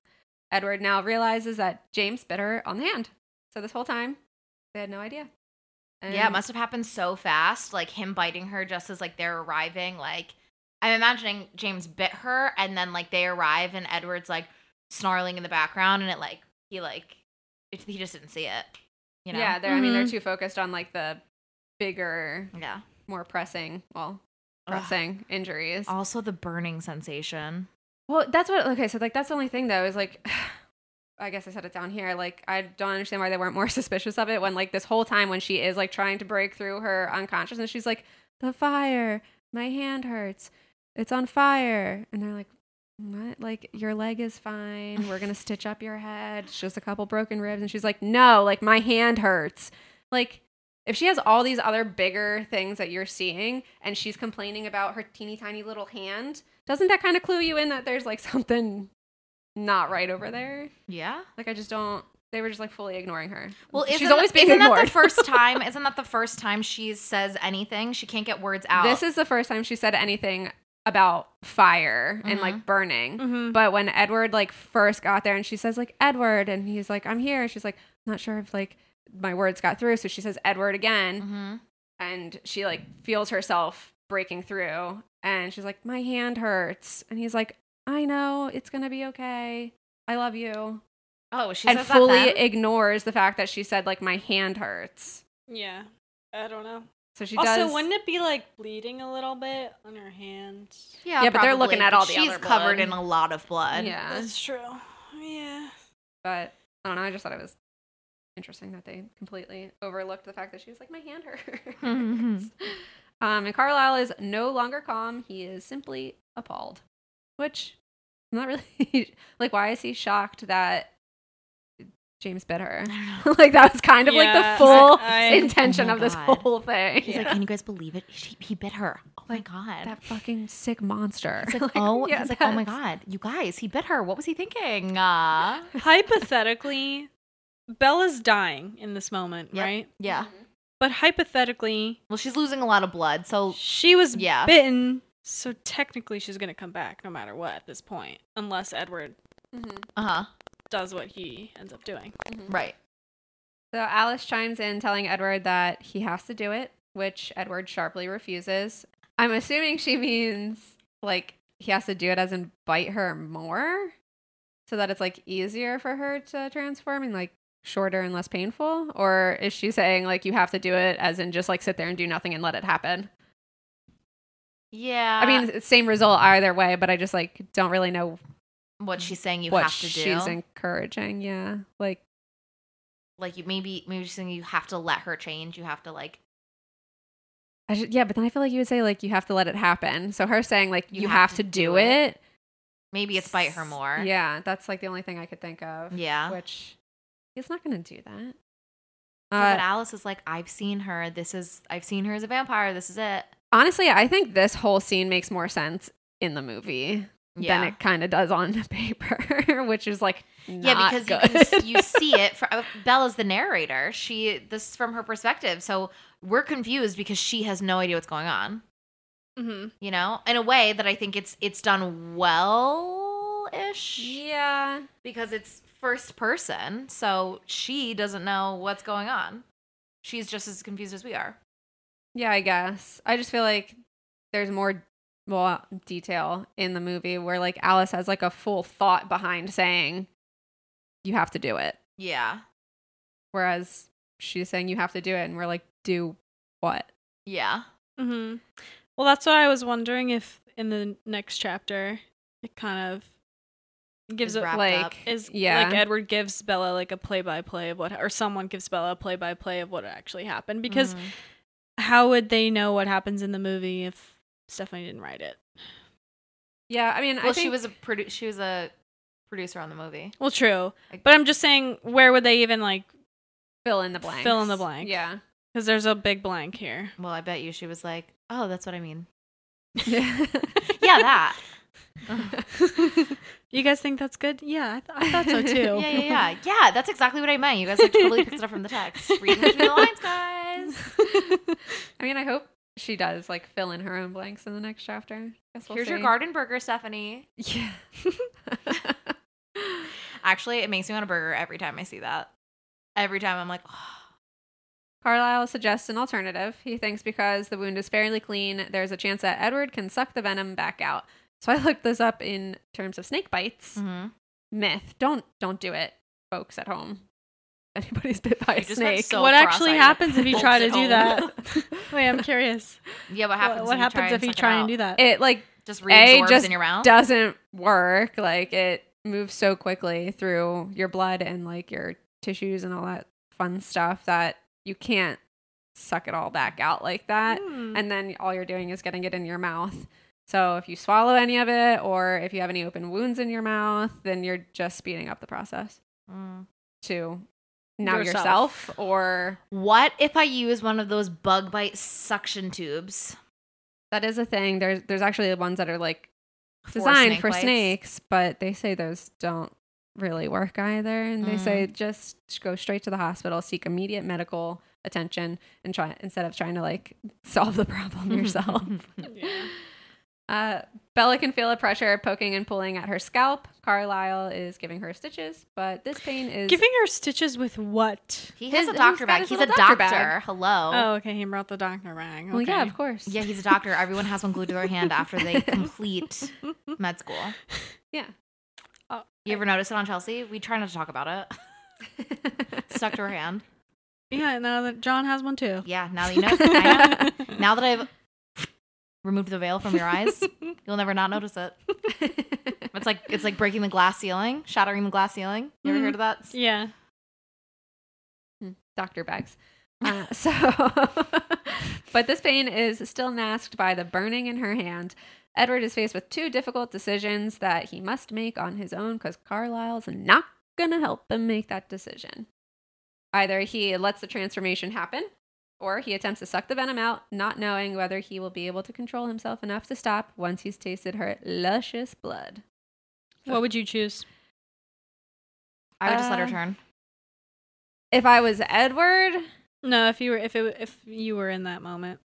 Edward now realizes that James bit her on the hand. So this whole time, they had no idea. Yeah, it must have happened so fast. Like him biting her just as like they're arriving. Like I'm imagining James bit her and then like they arrive and Edward's like snarling in the background and it like he like it, he just didn't see it. You know? Yeah, they're. I mean, they're Mhm. too focused on like the bigger, Yeah. more pressing, well, Ugh. pressing injuries. Also the burning sensation. Well, that's what. Okay, so like that's the only thing though is like, I guess I said it down here. Like I don't understand why they weren't more suspicious of it when like this whole time when she is like trying to break through her unconsciousness, she's like, "The fire, my hand hurts, it's on fire," and they're like. What? Like your leg is fine. We're gonna stitch up your head. It's just a couple broken ribs, and she's like, "No, like my hand hurts." Like if she has all these other bigger things that you're seeing, and she's complaining about her teeny tiny little hand, doesn't that kind of clue you in that there's like something not right over there? Yeah. Like I just don't. They were just like fully ignoring her. Well, she's isn't- always being isn't ignored. that the first time? Isn't that the first time she says anything? She can't get words out. This is the first time she said anything about fire and like burning. Mm-hmm. Mhm. But when Edward like first got there, and she says like Edward, and he's like I'm here. She's like not sure if like my words got through, so she says Edward again, hmm and she like feels herself breaking through, and she's like my hand hurts, and he's like I know it's gonna be okay. I love you. Oh, she and says fully that then? ignores the fact that she said like my hand hurts. Yeah. I don't know. So she also, does. wouldn't it be like bleeding a little bit on her hands? Yeah, but they're looking probably, at but all the She's other covered blood. in a lot of blood. yeah, That's true. Yeah. but I don't know. I just thought it was interesting that they completely overlooked the fact that she was like my hand hurts. um, Mm-hmm. and Carlisle is no longer calm. He is simply appalled, which I'm not really like. Why is he shocked that? James bit her. like that was kind of like Yeah, the full I- I- intention Oh my of this God. whole thing. He's like, can you guys believe it? She, he bit her. Oh my god. that fucking sick monster. It's like, oh, yeah, he's like, oh my that's- god, you guys, he bit her. What was he thinking? Uh, hypothetically, Bella's dying in this moment, Yep. right? yeah. Mm-hmm. But hypothetically, Well, she's losing a lot of blood, so she was Yeah. bitten, so technically she's going to come back no matter what at this point, unless Edward Mm-hmm. uh huh, does what he ends up doing. right. So Alice chimes in, telling Edward that he has to do it, which Edward sharply refuses. I'm assuming she means like he has to do it as in bite her more, so that it's like easier for her to transform and like shorter and less painful. Or is she saying like you have to do it as in just like sit there and do nothing and let it happen? Yeah. I mean, Uh, it's same result either way, but I just like don't really know what she's saying you what have to do. she's encouraging. Yeah, like like you maybe maybe she's saying you have to let her change. You have to like I should, yeah, but then I feel like you would say like you have to let it happen. So her saying like you, have, to, do it. it, maybe it's bite her more. Yeah, that's like the only thing I could think of. Yeah. which he's not going to do that. but Uh, Alice is like, I've seen her. This is I've seen her as a vampire. This is it. honestly, I think this whole scene makes more sense in the movie Yeah. than it kind of does on paper, which is like yeah, not because good. you, can, s- you see it. For, uh, Bella's the narrator. She this is from her perspective, so we're confused because she has no idea what's going on. Mm-hmm. You know, in a way that I think it's it's done well ish yeah, because it's first person, so she doesn't know what's going on. She's just as confused as we are. yeah, I guess. I just feel like there's more well detail in the movie where like Alice has like a full thought behind saying you have to do it. Yeah, Whereas she's saying you have to do it, and we're like, do what? yeah. Mm-hmm. Well, that's what I was wondering if in the next chapter it kind of gives Is it wrapped like up. is yeah, like Edward gives Bella like a play by play of what or someone gives Bella a play by play of what actually happened because Mhm. how would they know what happens in the movie if Stephanie didn't write it? yeah. I mean, well, I think she was a produ- she was a producer on the movie. Well, true, Like- but I'm just saying where would they even like fill in the blank. fill in the blank. Yeah, because there's a big blank here. Well, I bet you she was like, "Oh, that's what I mean." yeah. Yeah, that. You guys think that's good? Yeah, I, th- I thought so too. Yeah, yeah, yeah. Yeah, that's exactly what I meant. You guys like totally picked it up from the text. Reading between the lines, guys. I mean, I hope she does like fill in her own blanks in the next chapter. Guess we'll Here's your see. garden burger, Stephanie. Yeah. Actually, it makes me want a burger every time I see that. Every time I'm like, oh, Carlisle suggests an alternative. He thinks because the wound is fairly clean, there's a chance that Edward can suck the venom back out. So I looked this up in terms of snake bites. Mm. mhm. Myth. Don't don't do it, folks at home. Anybody's bit by You a just went snake. so what actually cross-eyed. happens if you try to Folks do at that? home. Wait, I'm curious. yeah, what happens? What happens, what, happens if you try and do that? it like Just a reabsorbs just in your mouth. doesn't work. Like it moves so quickly through your blood and like your tissues and all that fun stuff that you can't suck it all back out like that. Hmm. and then all you're doing is getting it in your mouth. So if you swallow any of it or if you have any open wounds in your mouth, then you're just speeding up the process Mm. to now Yourself. yourself, or What if I use one of those bug bite suction tubes? that is a thing. There's there's actually ones that are like for designed snake for, bites? snakes, but they say those don't really work either and they say Mm. just go straight to the hospital, seek immediate medical attention and try instead of trying to like solve the problem yourself. Yeah. Uh, Bella can feel a pressure poking and pulling at her scalp. Carlisle is giving her stitches, but this pain is Giving her stitches with what? He has His- a doctor he's got bag. his He's a little doctor. doctor bag. Hello. Oh, okay. He brought the doctor rang. Okay. Well, yeah, of course. Yeah, he's a doctor. Everyone has one glued to their hand after they complete med school. yeah. You ever notice it on Chelsea? We try not to talk about it. Stuck to her hand. Yeah, now that John has one too. Yeah, now that you know, I know. Now that I've removed the veil from your eyes, you'll never not notice it. It's like it's like breaking the glass ceiling, shattering the glass ceiling. You ever Mhm. heard of that? Yeah. doctor bags. Uh, so, but this pain is still masked by the burning in her hand. Edward is faced with two difficult decisions that he must make on his own because Carlisle's not going to help him make that decision. Either he lets the transformation happen, or he attempts to suck the venom out, not knowing whether he will be able to control himself enough to stop once he's tasted her luscious blood. What would you choose? I would just let her Uh, turn. If I was Edward, No, if you were if it if you were in that moment.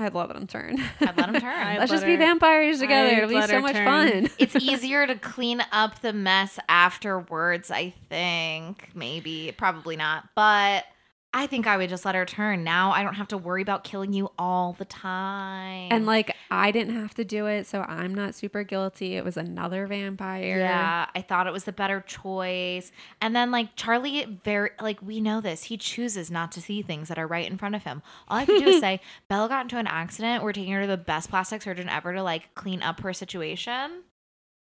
I'd let him turn. I'd let him turn. I- Let's let just be her- vampires together. I'd It'll be let so her much turn. fun. it's easier to clean up the mess afterwards, I think. Maybe, probably not. But I think I would just let her turn. Now I don't have to worry about killing you all the time. And like I didn't have to do it, so I'm not super guilty. It was another vampire. yeah, I thought it was the better choice. And then like Charlie very like we know this. He chooses not to see things that are right in front of him. All I can do is say, Bella got into an accident. We're taking her to the best plastic surgeon ever to like clean up her situation.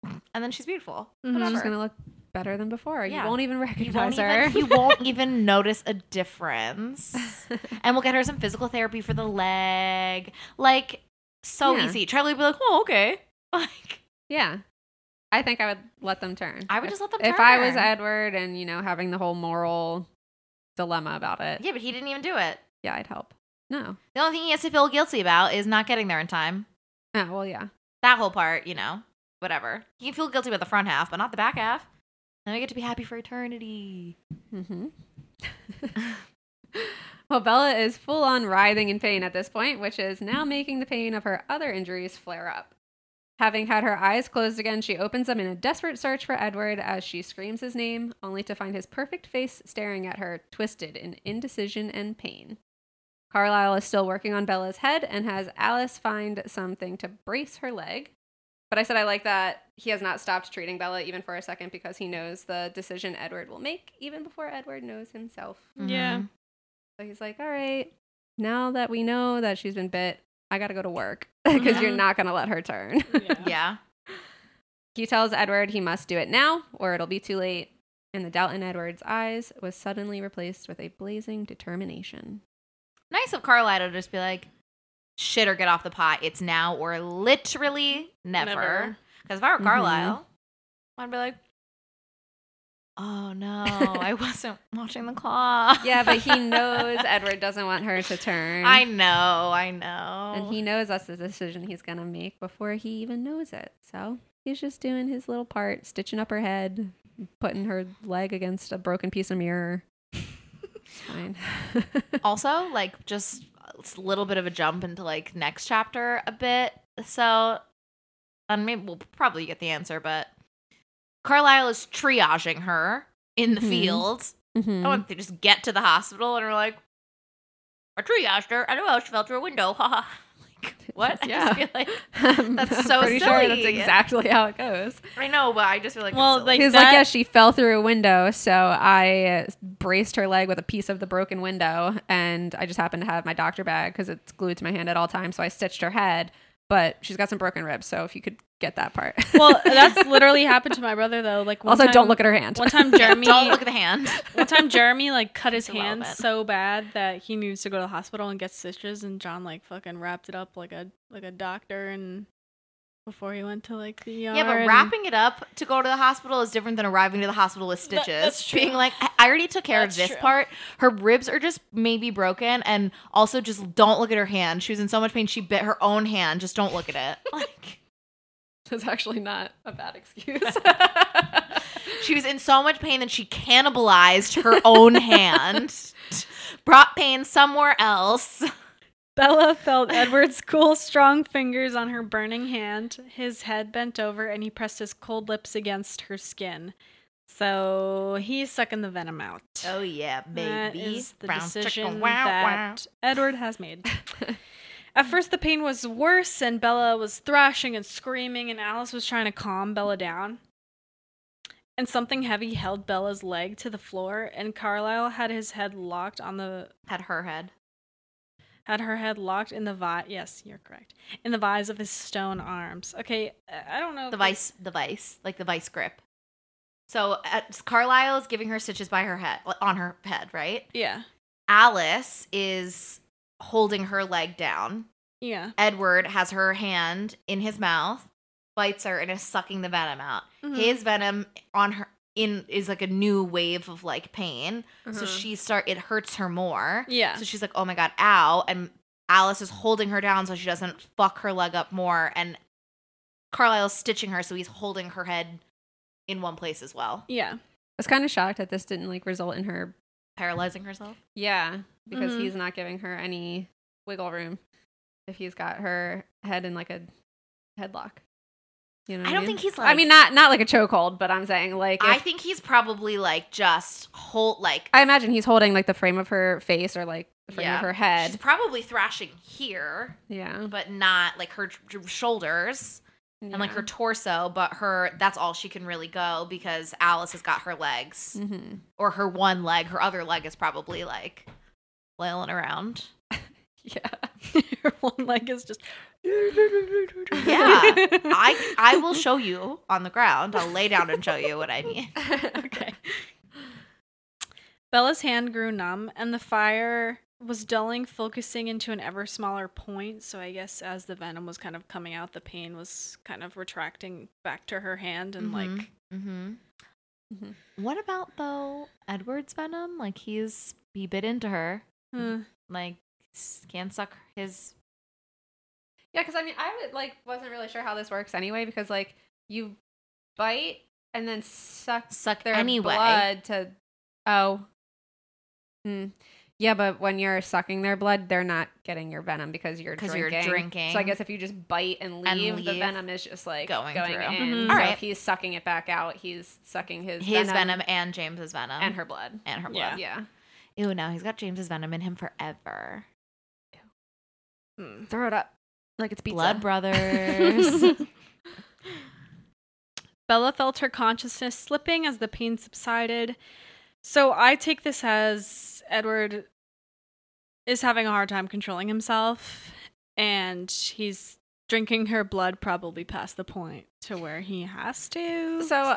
And then she's beautiful. Mhm. Mm-hmm, She's Whatever. gonna look better than before. Yeah. You won't even You won't, recognize her. even, you won't even notice a difference. and we'll get her some physical therapy for the leg. Like, so Yeah. easy. Charlie would be like, oh, okay. Like, yeah. I think I would let them turn. I would If- just let them If I was turn. Edward and, you know, having the whole moral dilemma about it. yeah, but he didn't even do it. Yeah, I'd help. No. The only thing he has to feel guilty about is not getting there in time. Oh, well, yeah. That whole part, you know, whatever. He can feel guilty about the front half, but not the back half. Then we get to be happy for eternity. Mm-hmm. well, Bella is full on writhing in pain at this point, which is now making the pain of her other injuries flare up. Having had her eyes closed again, she opens them in a desperate search for Edward as she screams his name, only to find his perfect face staring at her, twisted in indecision and pain. Carlisle is still working on Bella's head and has Alice find something to brace her leg. But I said I like that he has not stopped treating Bella even for a second because he knows the decision Edward will make even before Edward knows himself. Yeah. Mhm. So he's like, all right, now that we know that she's been bit, I got to go to work because you're Mhm. not going to let her turn. Yeah. he tells Edward he must do it now or it'll be too late. And the doubt in Edward's eyes was suddenly replaced with a blazing determination. Nice of Carlisle to just be like, shit or get off the pot. It's now or literally never. Never. Because if I were Mhm. Carlisle, I'd be like, oh no, I wasn't watching the clock. Yeah, but he knows Edward doesn't want her to turn. I know, I know. And he knows that's the decision he's going to make before he even knows it. So he's just doing his little part, stitching up her head, putting her leg against a broken piece of mirror. It's fine. also like just a little bit of a jump into like next chapter a bit. So, and maybe we'll probably get the answer, but Carlisle is triaging her in the Mhm. fields. Mm-hmm. I want to just get to the hospital and we're like, I triaged her. I know how she fell through a window. Ha ha. Like, what? I Yeah. just feel like, I'm that's so pretty sure that's silly. exactly how it goes. I know, but I just feel like, Well, it's silly. like- He's like, that- yeah, she fell through a window, so I uh, braced her leg with a piece of the broken window, and I just happened to have my doctor bag because it's glued to my hand at all times, so I stitched her head. But she's got some broken ribs, so if you could get that part. Well, that's literally happened to my brother though. Like one also time- don't look at her hand. One time Jeremy don't look at the hand. One time Jeremy like cut his It's irrelevant. hand so bad that he needs to go to the hospital and get stitches and John like fucking wrapped it up like a like a doctor and before he went to like the ER. Yeah, but and- wrapping it up to go to the hospital is different than arriving to the hospital with That- stitches. that's true. Being like, I I already took care That's of this true. part. Her ribs are just maybe broken, and also just don't look at her hand. She was in so much pain she bit her own hand. Just don't look at it. Like That's actually not a bad excuse. she was in so much pain that she cannibalized her own hand, brought pain somewhere else. Bella felt Edward's cool, strong fingers on her burning hand. His head bent over, and he pressed his cold lips against her skin. So he's sucking the venom out. Oh yeah, baby. That is the Brown decision chicken, wow, wow. that Edward has made. At first, the pain was worse, and Bella was thrashing and screaming, and Alice was trying to calm Bella down. And something heavy held Bella's leg to the floor, and Carlyle had his head locked on the had her head. had her head locked in the vi. Yes, you're correct. In the vise of his stone arms. Okay, I- I don't know. the if- vice the vice like the vice grip so at, carlisle is giving her stitches by her head on her head right Yeah, alice is holding her leg down yeah. edward has her hand in his mouth bites her and is sucking the venom out Mhm. his venom on her in is like a new wave of like pain so she start it hurts her more Yeah. so she's like oh my god ow and alice is holding her down so she doesn't fuck her leg up more and carlisle's stitching her so he's holding her head in one place as well yeah. was kind of shocked that this didn't like result in her. Mm-hmm. paralyzing herself Yeah, because Mhm. he's not giving her any wiggle room if he's got her head in like a headlock. You know, what I don't mean? think he's I like- mean, not not like a chokehold, but I'm saying like i if- think he's probably like just hold like I imagine he's holding like the frame of her face or like the frame Yeah. of her she's head. probably thrashing here yeah. but not like her j- j- shoulders and like her torso but her that's all she can really go because alice has got her legs hmm or her one leg her other leg is probably like flailing around Yeah. Her one leg is just. Yeah. i i will show you on the ground i'll lay down and show you what i mean okay. Bella's hand grew numb, and the fire was dulling, focusing into an ever smaller point. So I guess as the venom was kind of coming out, the pain was kind of retracting back to her hand, and like mm-hmm. Mhm. what about though edward's venom like he's he bit into her hmm, like can suck his Yeah, because I mean, I would, like wasn't really sure how this works anyway, because like you bite and then suck suck their anyway blood to. Oh. Hmm. Yeah, but when you're sucking their blood, they're not getting your venom because you're 'Cause drinking. you're drinking. So I guess if you just bite and leave, And the leave. venom is just like Going going, through. in. Mhm. So Alright. if he's sucking it back out, he's sucking his his venom, and james's venom and her blood. and her blood Yeah. Yeah. Ew, now he's got James's venom in him forever. hmm. Throw it up like it's pizza. Blood brothers. Bella felt her consciousness slipping as the pain subsided. So I take this as Edward is having a hard time controlling himself and he's drinking her blood probably past the point to where he has to. So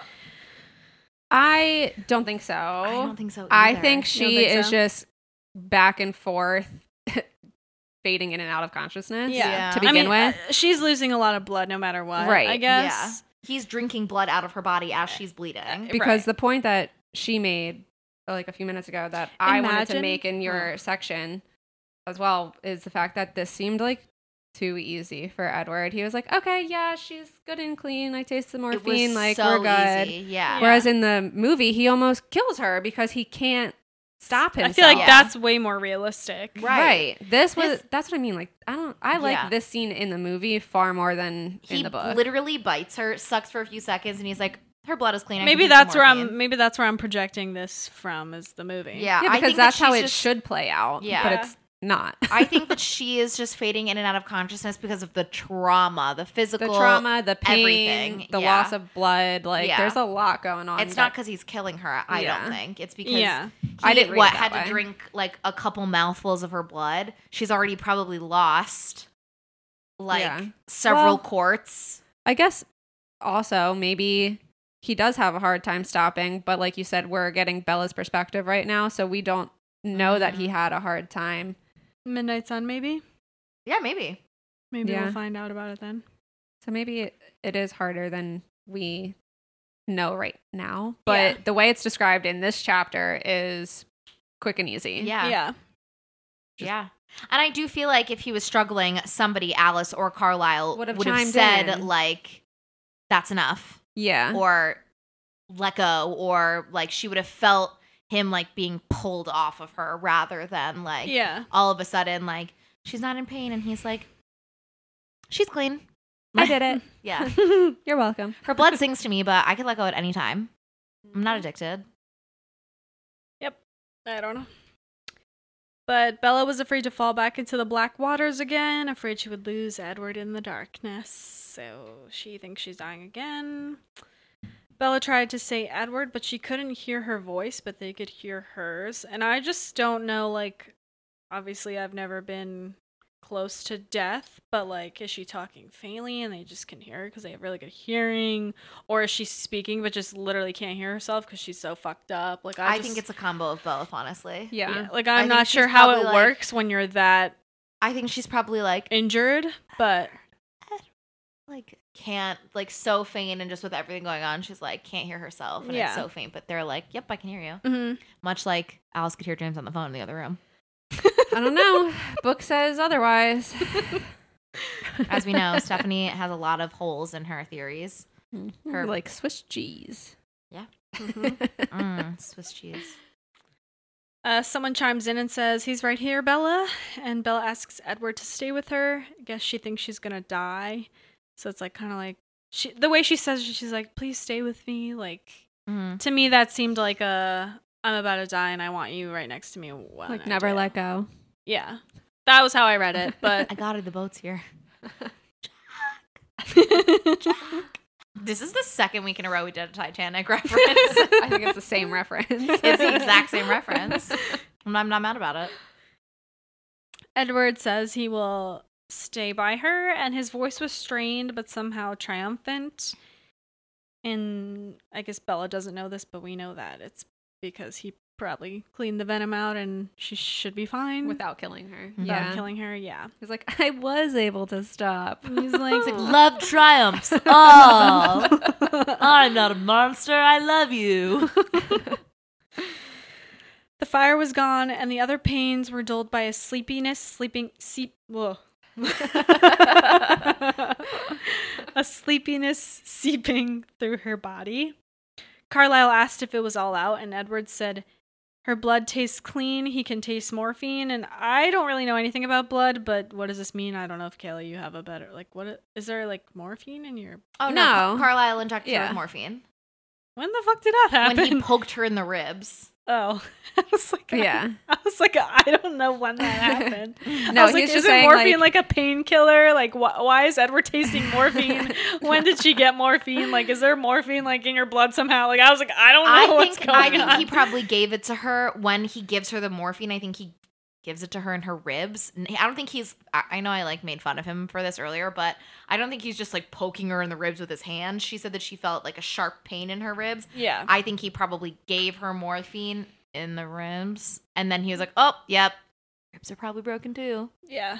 I don't think so. I don't think so. Either. Oh, I think she think is so? just back and forth, fading in and out of consciousness. Yeah. To I begin mean, with. uh, she's losing a lot of blood no matter what. Right. I guess. he's drinking blood out of her body as she's bleeding. because right. the point that she made like a few minutes ago that I wanted to Imagine- make in your section as well is the fact that this seemed like too easy for Edward. He was like, "Okay, yeah, she's good and clean. I taste the It was morphine. Like so we're good." easy. Yeah. Yeah. Whereas in the movie, he almost kills her because he can't stop himself. I feel like Yeah. that's way more realistic. Right. This was This- that's what I mean. Like I don't I like Yeah. this scene in the movie far more than He in the book. literally bites her, sucks for a few seconds, and he's like, Her blood is clean. I can Maybe do some that's where I'm. morphine. Maybe that's where I'm projecting this from is the movie. Yeah, Yeah, I because think that that's how she's it just- should play out. Yeah. But it's not. I think that she is just fading in and out of consciousness because of the trauma, the the physical trauma, the pain, everything. the Yeah. loss of blood. Like, Yeah. there's a lot going on. It's not that- because he's killing her. I Yeah. don't think it's because Yeah. I I did didn't not read what it had to that way. drink like a couple mouthfuls of her blood. She's already probably lost like Yeah. several Well- quarts. I guess also maybe he does have a hard time stopping, but like you said, we're getting Bella's perspective right now, so we don't know that Mm-hmm. he had a hard time. Midnight Sun. Maybe. Yeah, maybe. Maybe Yeah. we'll find out about it then. So maybe it, it is harder than we know right now. But Yeah. the way it's described in this chapter is quick and easy. Yeah. yeah. Just- yeah. And I do feel like if he was struggling, somebody, Alice or Carlisle, would Would have, have chimed said, in. like, that's enough, Yeah. or let go, or like she would have felt him like being pulled off of her rather than like yeah. all of a sudden, like, she's not in pain. And he's like, she's clean. I did it. Yeah. Hmm, You're welcome. Her blood sings to me, but I could let go at any time. I'm Mm-hmm. not addicted. I don't know. But Bella was afraid to fall back into the black waters again, afraid she would lose Edward in the darkness. So she thinks she's dying again. Bella tried to say Edward, but she couldn't hear her voice, but they could hear hers. And I just don't know, like, obviously, I've never been close to death, but like, is she talking faintly and they just can hear her because they have really good hearing? Or is she speaking but just literally can't hear herself because she's so fucked up? Like, I, I, just- think it's a combo of both, honestly. Yeah. yeah. Like I I'm think not she's sure how probably, it like- works when you're that I think she's probably like, injured, but like can't like so faint and just with everything going on she's like can't hear herself and it's Yeah. so faint but they're like yep i can hear you mm-hmm. much like alice could hear james on the phone in the other room I don't know. Book says otherwise. as we know stephanie has a lot of holes in her theories Her Hmm, like Swiss cheese. Yeah. mm, swiss cheese uh, someone chimes in and says he's right here, Bella, and Bella asks Edward to stay with her. I guess she thinks she's gonna die, so it's like kind of like she the way she says it, she's like, "Please stay with me." Like mm. to me, that seemed like a I'm about to die and I want you right next to me. When like I never do." let go. yeah. That was how I read it, but i got it the boat's here this is the second week in a row we did a titanic reference I think it's the same reference. it's the exact same reference and i'm not mad about it Edward says he will stay by her, and his voice was strained but somehow triumphant. And I guess Bella doesn't know this, but we know that it's because he probably cleaned the venom out and she should be fine Without killing her. without Yeah. killing her. Yeah. He's like, I was able to stop. He's like, love triumphs all i'm not a monster i love you the fire was gone, and the other pains were dulled by a sleepiness, sleeping, seep, whoa. a sleepiness seeping through her body. Carlyle asked if it was all out, and Edward said, Her blood tastes clean. He can taste morphine. And I don't really know anything about blood, but what does this mean? I don't know if Kayla, you have a better, like, what is there, like, morphine in your. Oh no, No. Car- Carlisle injected her Yeah. with morphine When the fuck did that happen? when he poked her in the ribs. oh, I was like, Yeah. I was like, I don't know when that happened. No, I was like, he's just isn't saying, morphine like- like, a painkiller? Like, wh- why is Edward tasting morphine? when did she get morphine? Like, is there morphine like in your blood somehow? Like, I was like, I don't know I what's think going I think on. he probably gave it to her when he gives her the morphine. I think he gives it to her in her ribs. And I don't think he's. I I know I like made fun of him for this earlier, but I don't think he's just like poking her in the ribs with his hand. She said that she felt like a sharp pain in her ribs. yeah, I think he probably gave her morphine in the ribs, and then he was like, "Oh, yep, ribs are probably broken too." yeah,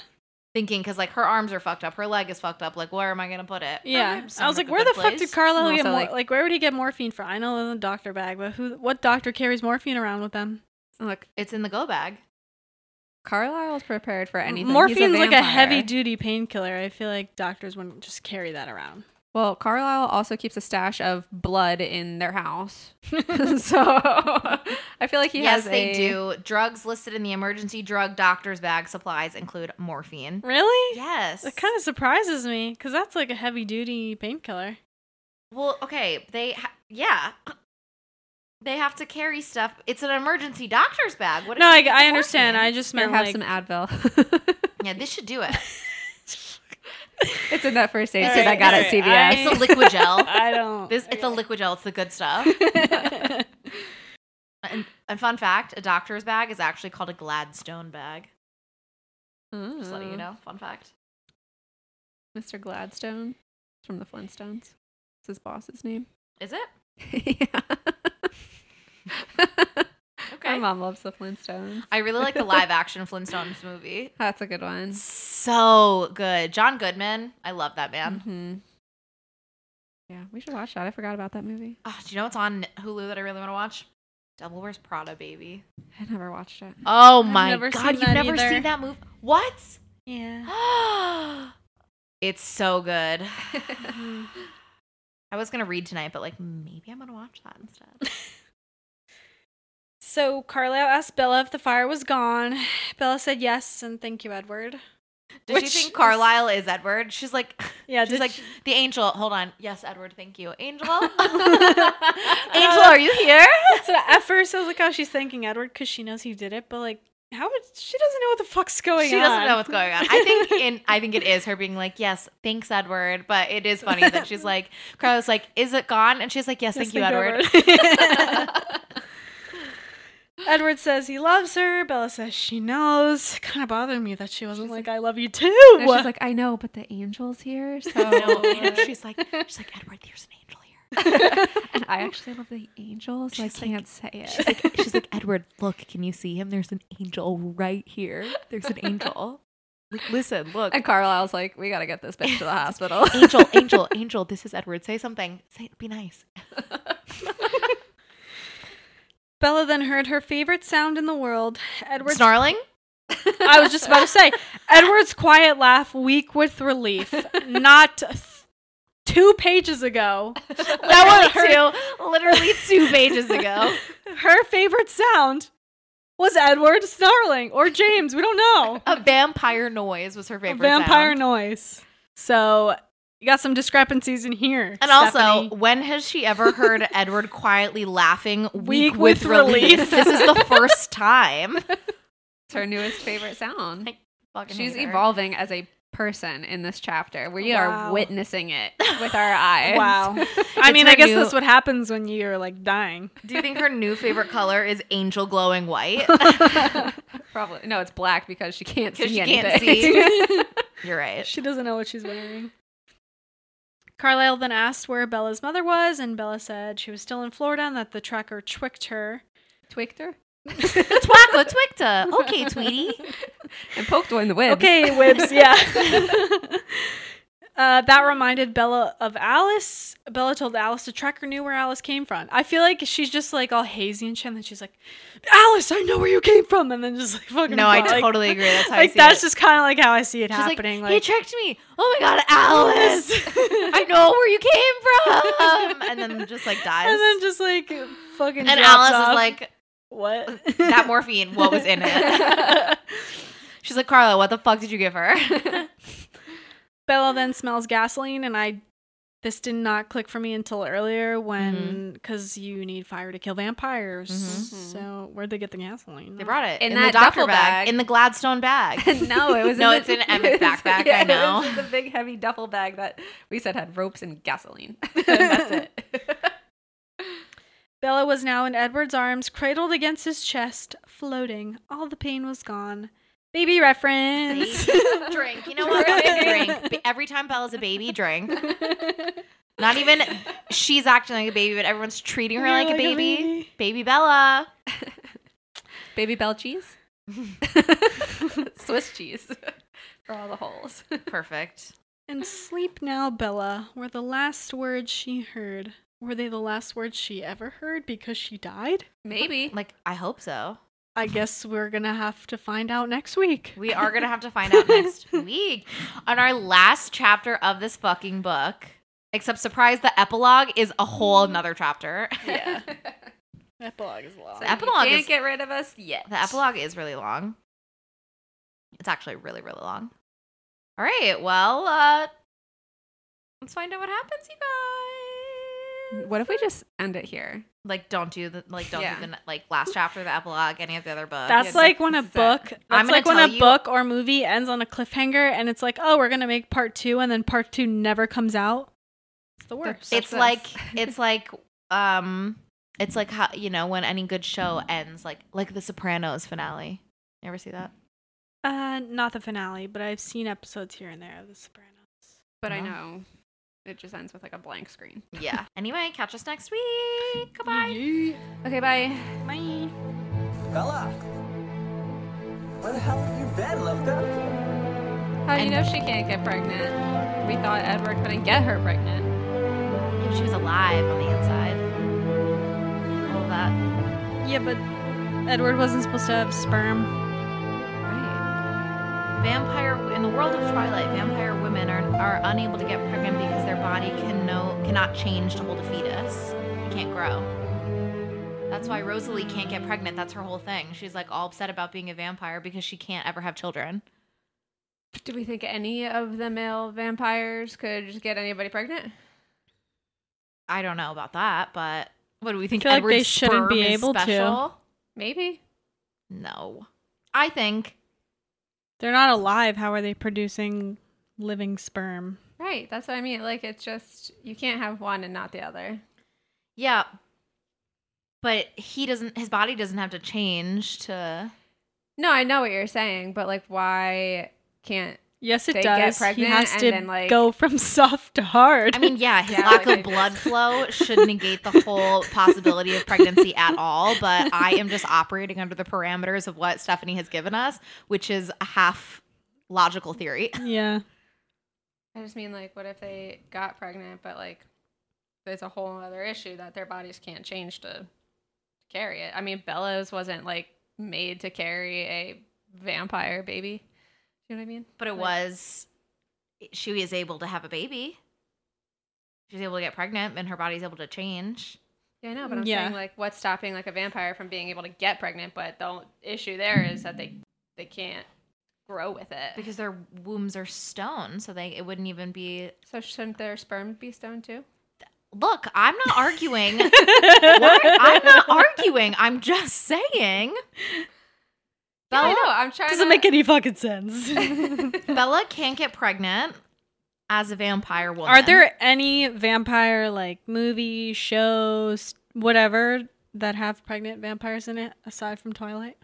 Thinking because like her arms are fucked up, her leg is fucked up. Like, where am I gonna put it? Her yeah. ribs I was aren't like, a where the good fuck did place. Carlo And get also, mor- like- like? Where would he get morphine from? I know in the doctor bag, but who? What doctor carries morphine around with them? Look, It's in the go bag. Carlisle's prepared for anything. He's Morphine's like a vampire. heavy duty painkiller. I feel like doctors wouldn't just carry that around. Well, Carlisle also keeps a stash of blood in their house. so I feel like he yes, has they a- do. Drugs listed in the emergency drug doctor's bag supplies include morphine. Really? Yes. That kind of surprises me because that's like a heavy duty painkiller. Well, okay. They ha- Yeah. They have to carry stuff. It's an emergency doctor's bag. What if No, you I, get I the understand. I horseman? just Or meant have like, some Advil. Yeah, this should do it. it's in that first aid All kit I right, got all at right, CVS. It's a liquid gel. I don't. This it's a liquid gel. It's the good stuff. liquid. And, and fun fact: a doctor's bag is actually called a Gladstone bag. Just letting you Hmm. Mm. know. Fun fact. Mr. Gladstone from the Flintstones. It's his boss's name. Is it? yeah. My Okay. mom loves the Flintstones. I really like the live action Flintstones movie. That's a good one. So good. John Goodman. I love that man. Mhm. Yeah, we should watch that. I forgot about that movie. Oh, do you know what's on Hulu that I really want to watch? Devil Wears Prada, baby. I never watched it. Oh I've my never god, seen you've that never either. seen that movie? What? yeah. it's so good. I was gonna read tonight, but like maybe I'm gonna watch that instead. So Carlisle asked Bella if the fire was gone. Bella said yes, and thank you, Edward. Does Which she think is- Carlisle is Edward? She's like, Yeah, she's did like she- the angel. Hold on, yes, Edward, thank you, angel. angel, are you here? So at first, I was like, "Oh, she's thanking Edward because she knows he did it," but like, how would she doesn't know what the fuck's going She on? doesn't know what's going on. I think in I think it is her being like, yes, thanks, Edward. But it is funny that she's like, Carlisle's like, is it gone? And she's like, yes, Yes, thank you, Edward. Edward says he loves her. Bella says she knows. Kind of bothered me that she wasn't like, "I love you too." And she's like, I know, but the angel's here, so and she's like, she's like, Edward, there's an angel here. and I actually love the angel, so I She's like- can't say it. She's like, she's like, Edward, look, can you see him? There's an angel right here. There's an angel. Like, listen, look. and Carlisle's like, we gotta get this bitch to the hospital. Angel, angel, angel, this is Edward. Say something. Say be nice. Bella then heard her favorite sound in the world. Edward's Snarling? I was just about to say, Edward's quiet laugh, weak with relief. Not th- two pages ago. That one literally two pages ago. Her favorite sound was Edward snarling or James. We don't know. A vampire noise was her A favorite. vampire sound. noise. So you got some discrepancies in here. And Stephanie. also, when has she ever heard Edward quietly laughing, weak, Weak with, with relief? relief. this is the first time. it's her newest favorite sound. I fucking She's hate her. evolving as a person in this chapter. We Wow. are witnessing it with our eyes. Wow. I mean, her I guess new- that's what happens when you're like dying. Do you think her new favorite color is angel glowing white? Probably no, it's black because she can't see Because she anything. can't see. You're right. She doesn't know what she's wearing. Carlisle then asked where Bella's mother was, and Bella said she was still in Florida and that the tracker twicked her. Twicked her Twacka twicta. Okay, Tweety. and poked one in the wind. Okay, Wibs, yeah. uh, that reminded Bella of Alice. Bella told Alice the tracker knew where Alice came from. I feel like she's just like all hazy and shit, and then she's like, Alice, I know where you came from, and then just like fucking. No, I fall. Like- totally agree. That's how I Like see that's it. just kind of like how I see it She's happening. Like, he tricked me. Oh my god, Alice! I know where you came from. And then just like dies. and then just like fucking. And drops Alice off. is like, what? that morphine. What was in it? She's like, Carla, what the fuck did you give her? Bella then smells gasoline, and I this did not click for me until earlier when Mm-hmm. because you need fire to kill vampires. Mhm. So where'd they get the gasoline? they brought it In in, that the doctor duffel bag. bag. in the Gladstone bag. no, it was No, in it's the, in Emmett's backpack, I know. It's a big heavy duffel bag that we said had ropes and gasoline. That's it. Bella was now in Edward's arms, cradled against his chest, floating. All the pain was gone. Baby reference. drink. You know what? drink. B- Every time Bella's a baby, drink. Not even she's acting like a baby, but everyone's treating her You're like, a like a baby. baby. Baby Bella. Baby bell cheese, Swiss cheese for all the holes. Perfect. and sleep now, Bella. Were the last words she heard? Were they the last words she ever heard because she died? Maybe. Like, I hope so. I guess we're gonna have to find out next week. We are going to have to find out next week on our last chapter of this fucking book. Except, surprise, the epilogue is a whole nother chapter. yeah. Epilogue is long. The epilogue can't is, get rid of us yet. the epilogue is really long. It's actually really, really long. All right. Well, uh, let's find out what happens, you guys. What if we just end it here? Like, don't do the like, don't Yeah. do the like last chapter, the epilogue, any of the other books. That's it's like like when a set. book. I'm That's gonna like when tell a you- book or movie ends on a cliffhanger, and it's like, oh, we're gonna make part two, and then part two never comes out. It's the worst. it's That's us. like it's like um, it's like how you know when any good show ends, like like the Sopranos finale. You ever see that? uh, not the finale, but I've seen episodes here and there of The Sopranos. But I No. know it just ends with like a blank screen. Yeah. anyway, catch us next week. Goodbye. Okay, bye. Bye. Bella! Where the hell have you been, Loka? How do you know she can't get pregnant? We thought Edward couldn't get her pregnant. If she was alive on the inside. All that. Yeah, but Edward wasn't supposed to have sperm. Right. Vampire in the world of Twilight, vampire women are, are unable to get pregnant because their body can no cannot change to hold a fetus. It can't grow. That's why Rosalie can't get pregnant. That's her whole thing. She's like all upset about being a vampire because she can't ever have children. Do we think any of the male vampires could just get anybody pregnant? I don't know about that, but what do we think? feel like Edward's they shouldn't be sperm is able to. special? Maybe. No, I think They're not alive. How are they producing living sperm? Right. That's what I mean. Like it's just you can't have one and not the other. Yeah. But he doesn't his body doesn't have to change to No, I know what you're saying, but like why can't Yes, it They get does. he pregnant has and to then, like- go from soft to hard. I mean, yeah, his Yeah, lack like I- of blood flow should negate the whole possibility of pregnancy at all, but I am just operating under the parameters of what Stephanie has given us, which is a half logical theory. yeah. I just mean like what if they got pregnant but like there's a whole other issue that their bodies can't change to carry it. I mean Bellows wasn't like made to carry a vampire baby. You know what I mean? But it Like- was she is able to have a baby. She's able to get pregnant and her body's able to change. Yeah, I know, but I'm Yeah. saying like what's stopping like a vampire from being able to get pregnant, but the issue there is that they they can't grow with it. Because their wombs are stone, so they it wouldn't even be so shouldn't their sperm be stoned too? Look, I'm not arguing. We're- I'm not arguing. I'm just saying. I know, Bella, I'm trying Doesn't to make any fucking sense. Bella can't get pregnant as a vampire woman. Are there any vampire like movies, shows, whatever that have pregnant vampires in it aside from Twilight?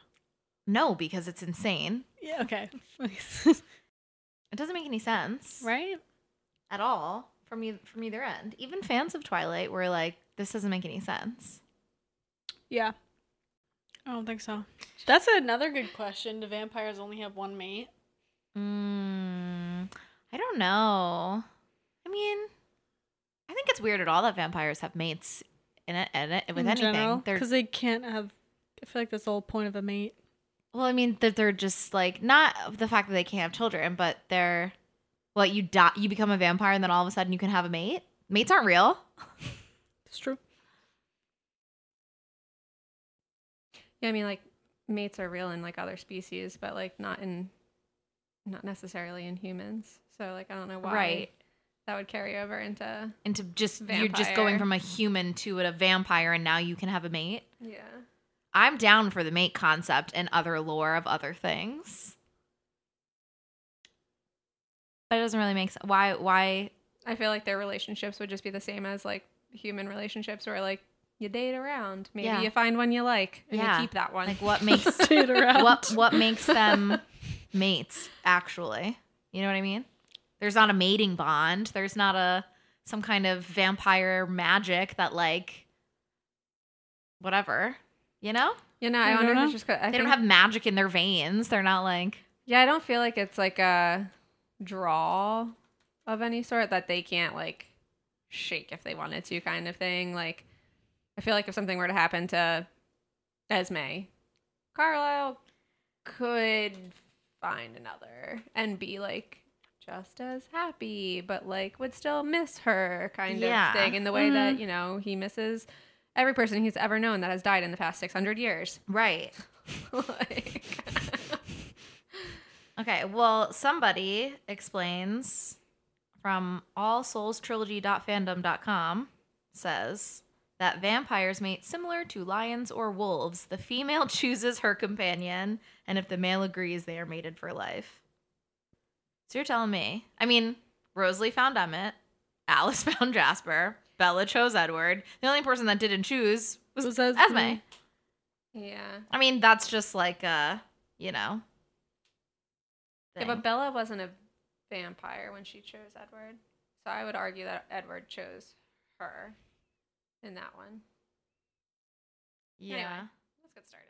No, because it's insane. Yeah, okay. It doesn't make any sense right? at all from you from either end. Even fans of Twilight were like, "This doesn't make any sense." Yeah. I don't think so. That's another good question. Do vampires only have one mate? Mm, I don't know. I mean, I think it's weird at all that vampires have mates in it, in it with anything. They're- Because they can't have. I feel like that's the whole point of a mate. Well, I mean that they're just like not the fact that they can't have children, but they're well, you die, you become a vampire, and then all of a sudden you can have a mate. Mates aren't real. It's true. Yeah, I mean, like mates are real in like other species, but like not in, not necessarily in humans. So like I don't know why Right. that would carry over into And to just you're just going Vampire. from a human to a vampire, and now you can have a mate. yeah. I'm down for the mate concept and other lore of other things, but it doesn't really make sense. Why? Why? I feel like their relationships would just be the same as like human relationships, where like you date around, maybe Yeah. you find one you like, and Yeah. you keep that one. Like what makes Dude around. what what makes them mates actually you know what i mean there's not a mating bond there's not a some kind of vampire magic that like whatever you know You know, I, I wonder don't if know. it's just 'cause I they think, don't have magic in their veins they're not like Yeah, I don't feel like it's like a draw of any sort that they can't like shake if they wanted to, kind of thing. Like, I feel like if something were to happen to Esme, Carlisle could find another and be like just as happy, but like would still miss her, kind Yeah. of thing, in the way that, Mm-hmm. you know, he misses every person he's ever known that has died in the past 600 years. right like, okay well somebody explains from all souls trilogy.fandom.com says that vampires mate similar to lions or wolves. The female chooses her companion, and if the male agrees, they are mated for life. So you're telling me? I mean, Rosalie found Emmett, Alice found Jasper, Bella chose Edward. The only person that didn't choose was, Was Esme. Esme. Yeah. I mean, that's just like uh, you know. Yeah, thing. but Bella wasn't a vampire when she chose Edward. So I would argue that Edward chose her in that one. yeah. Anyway, let's get started.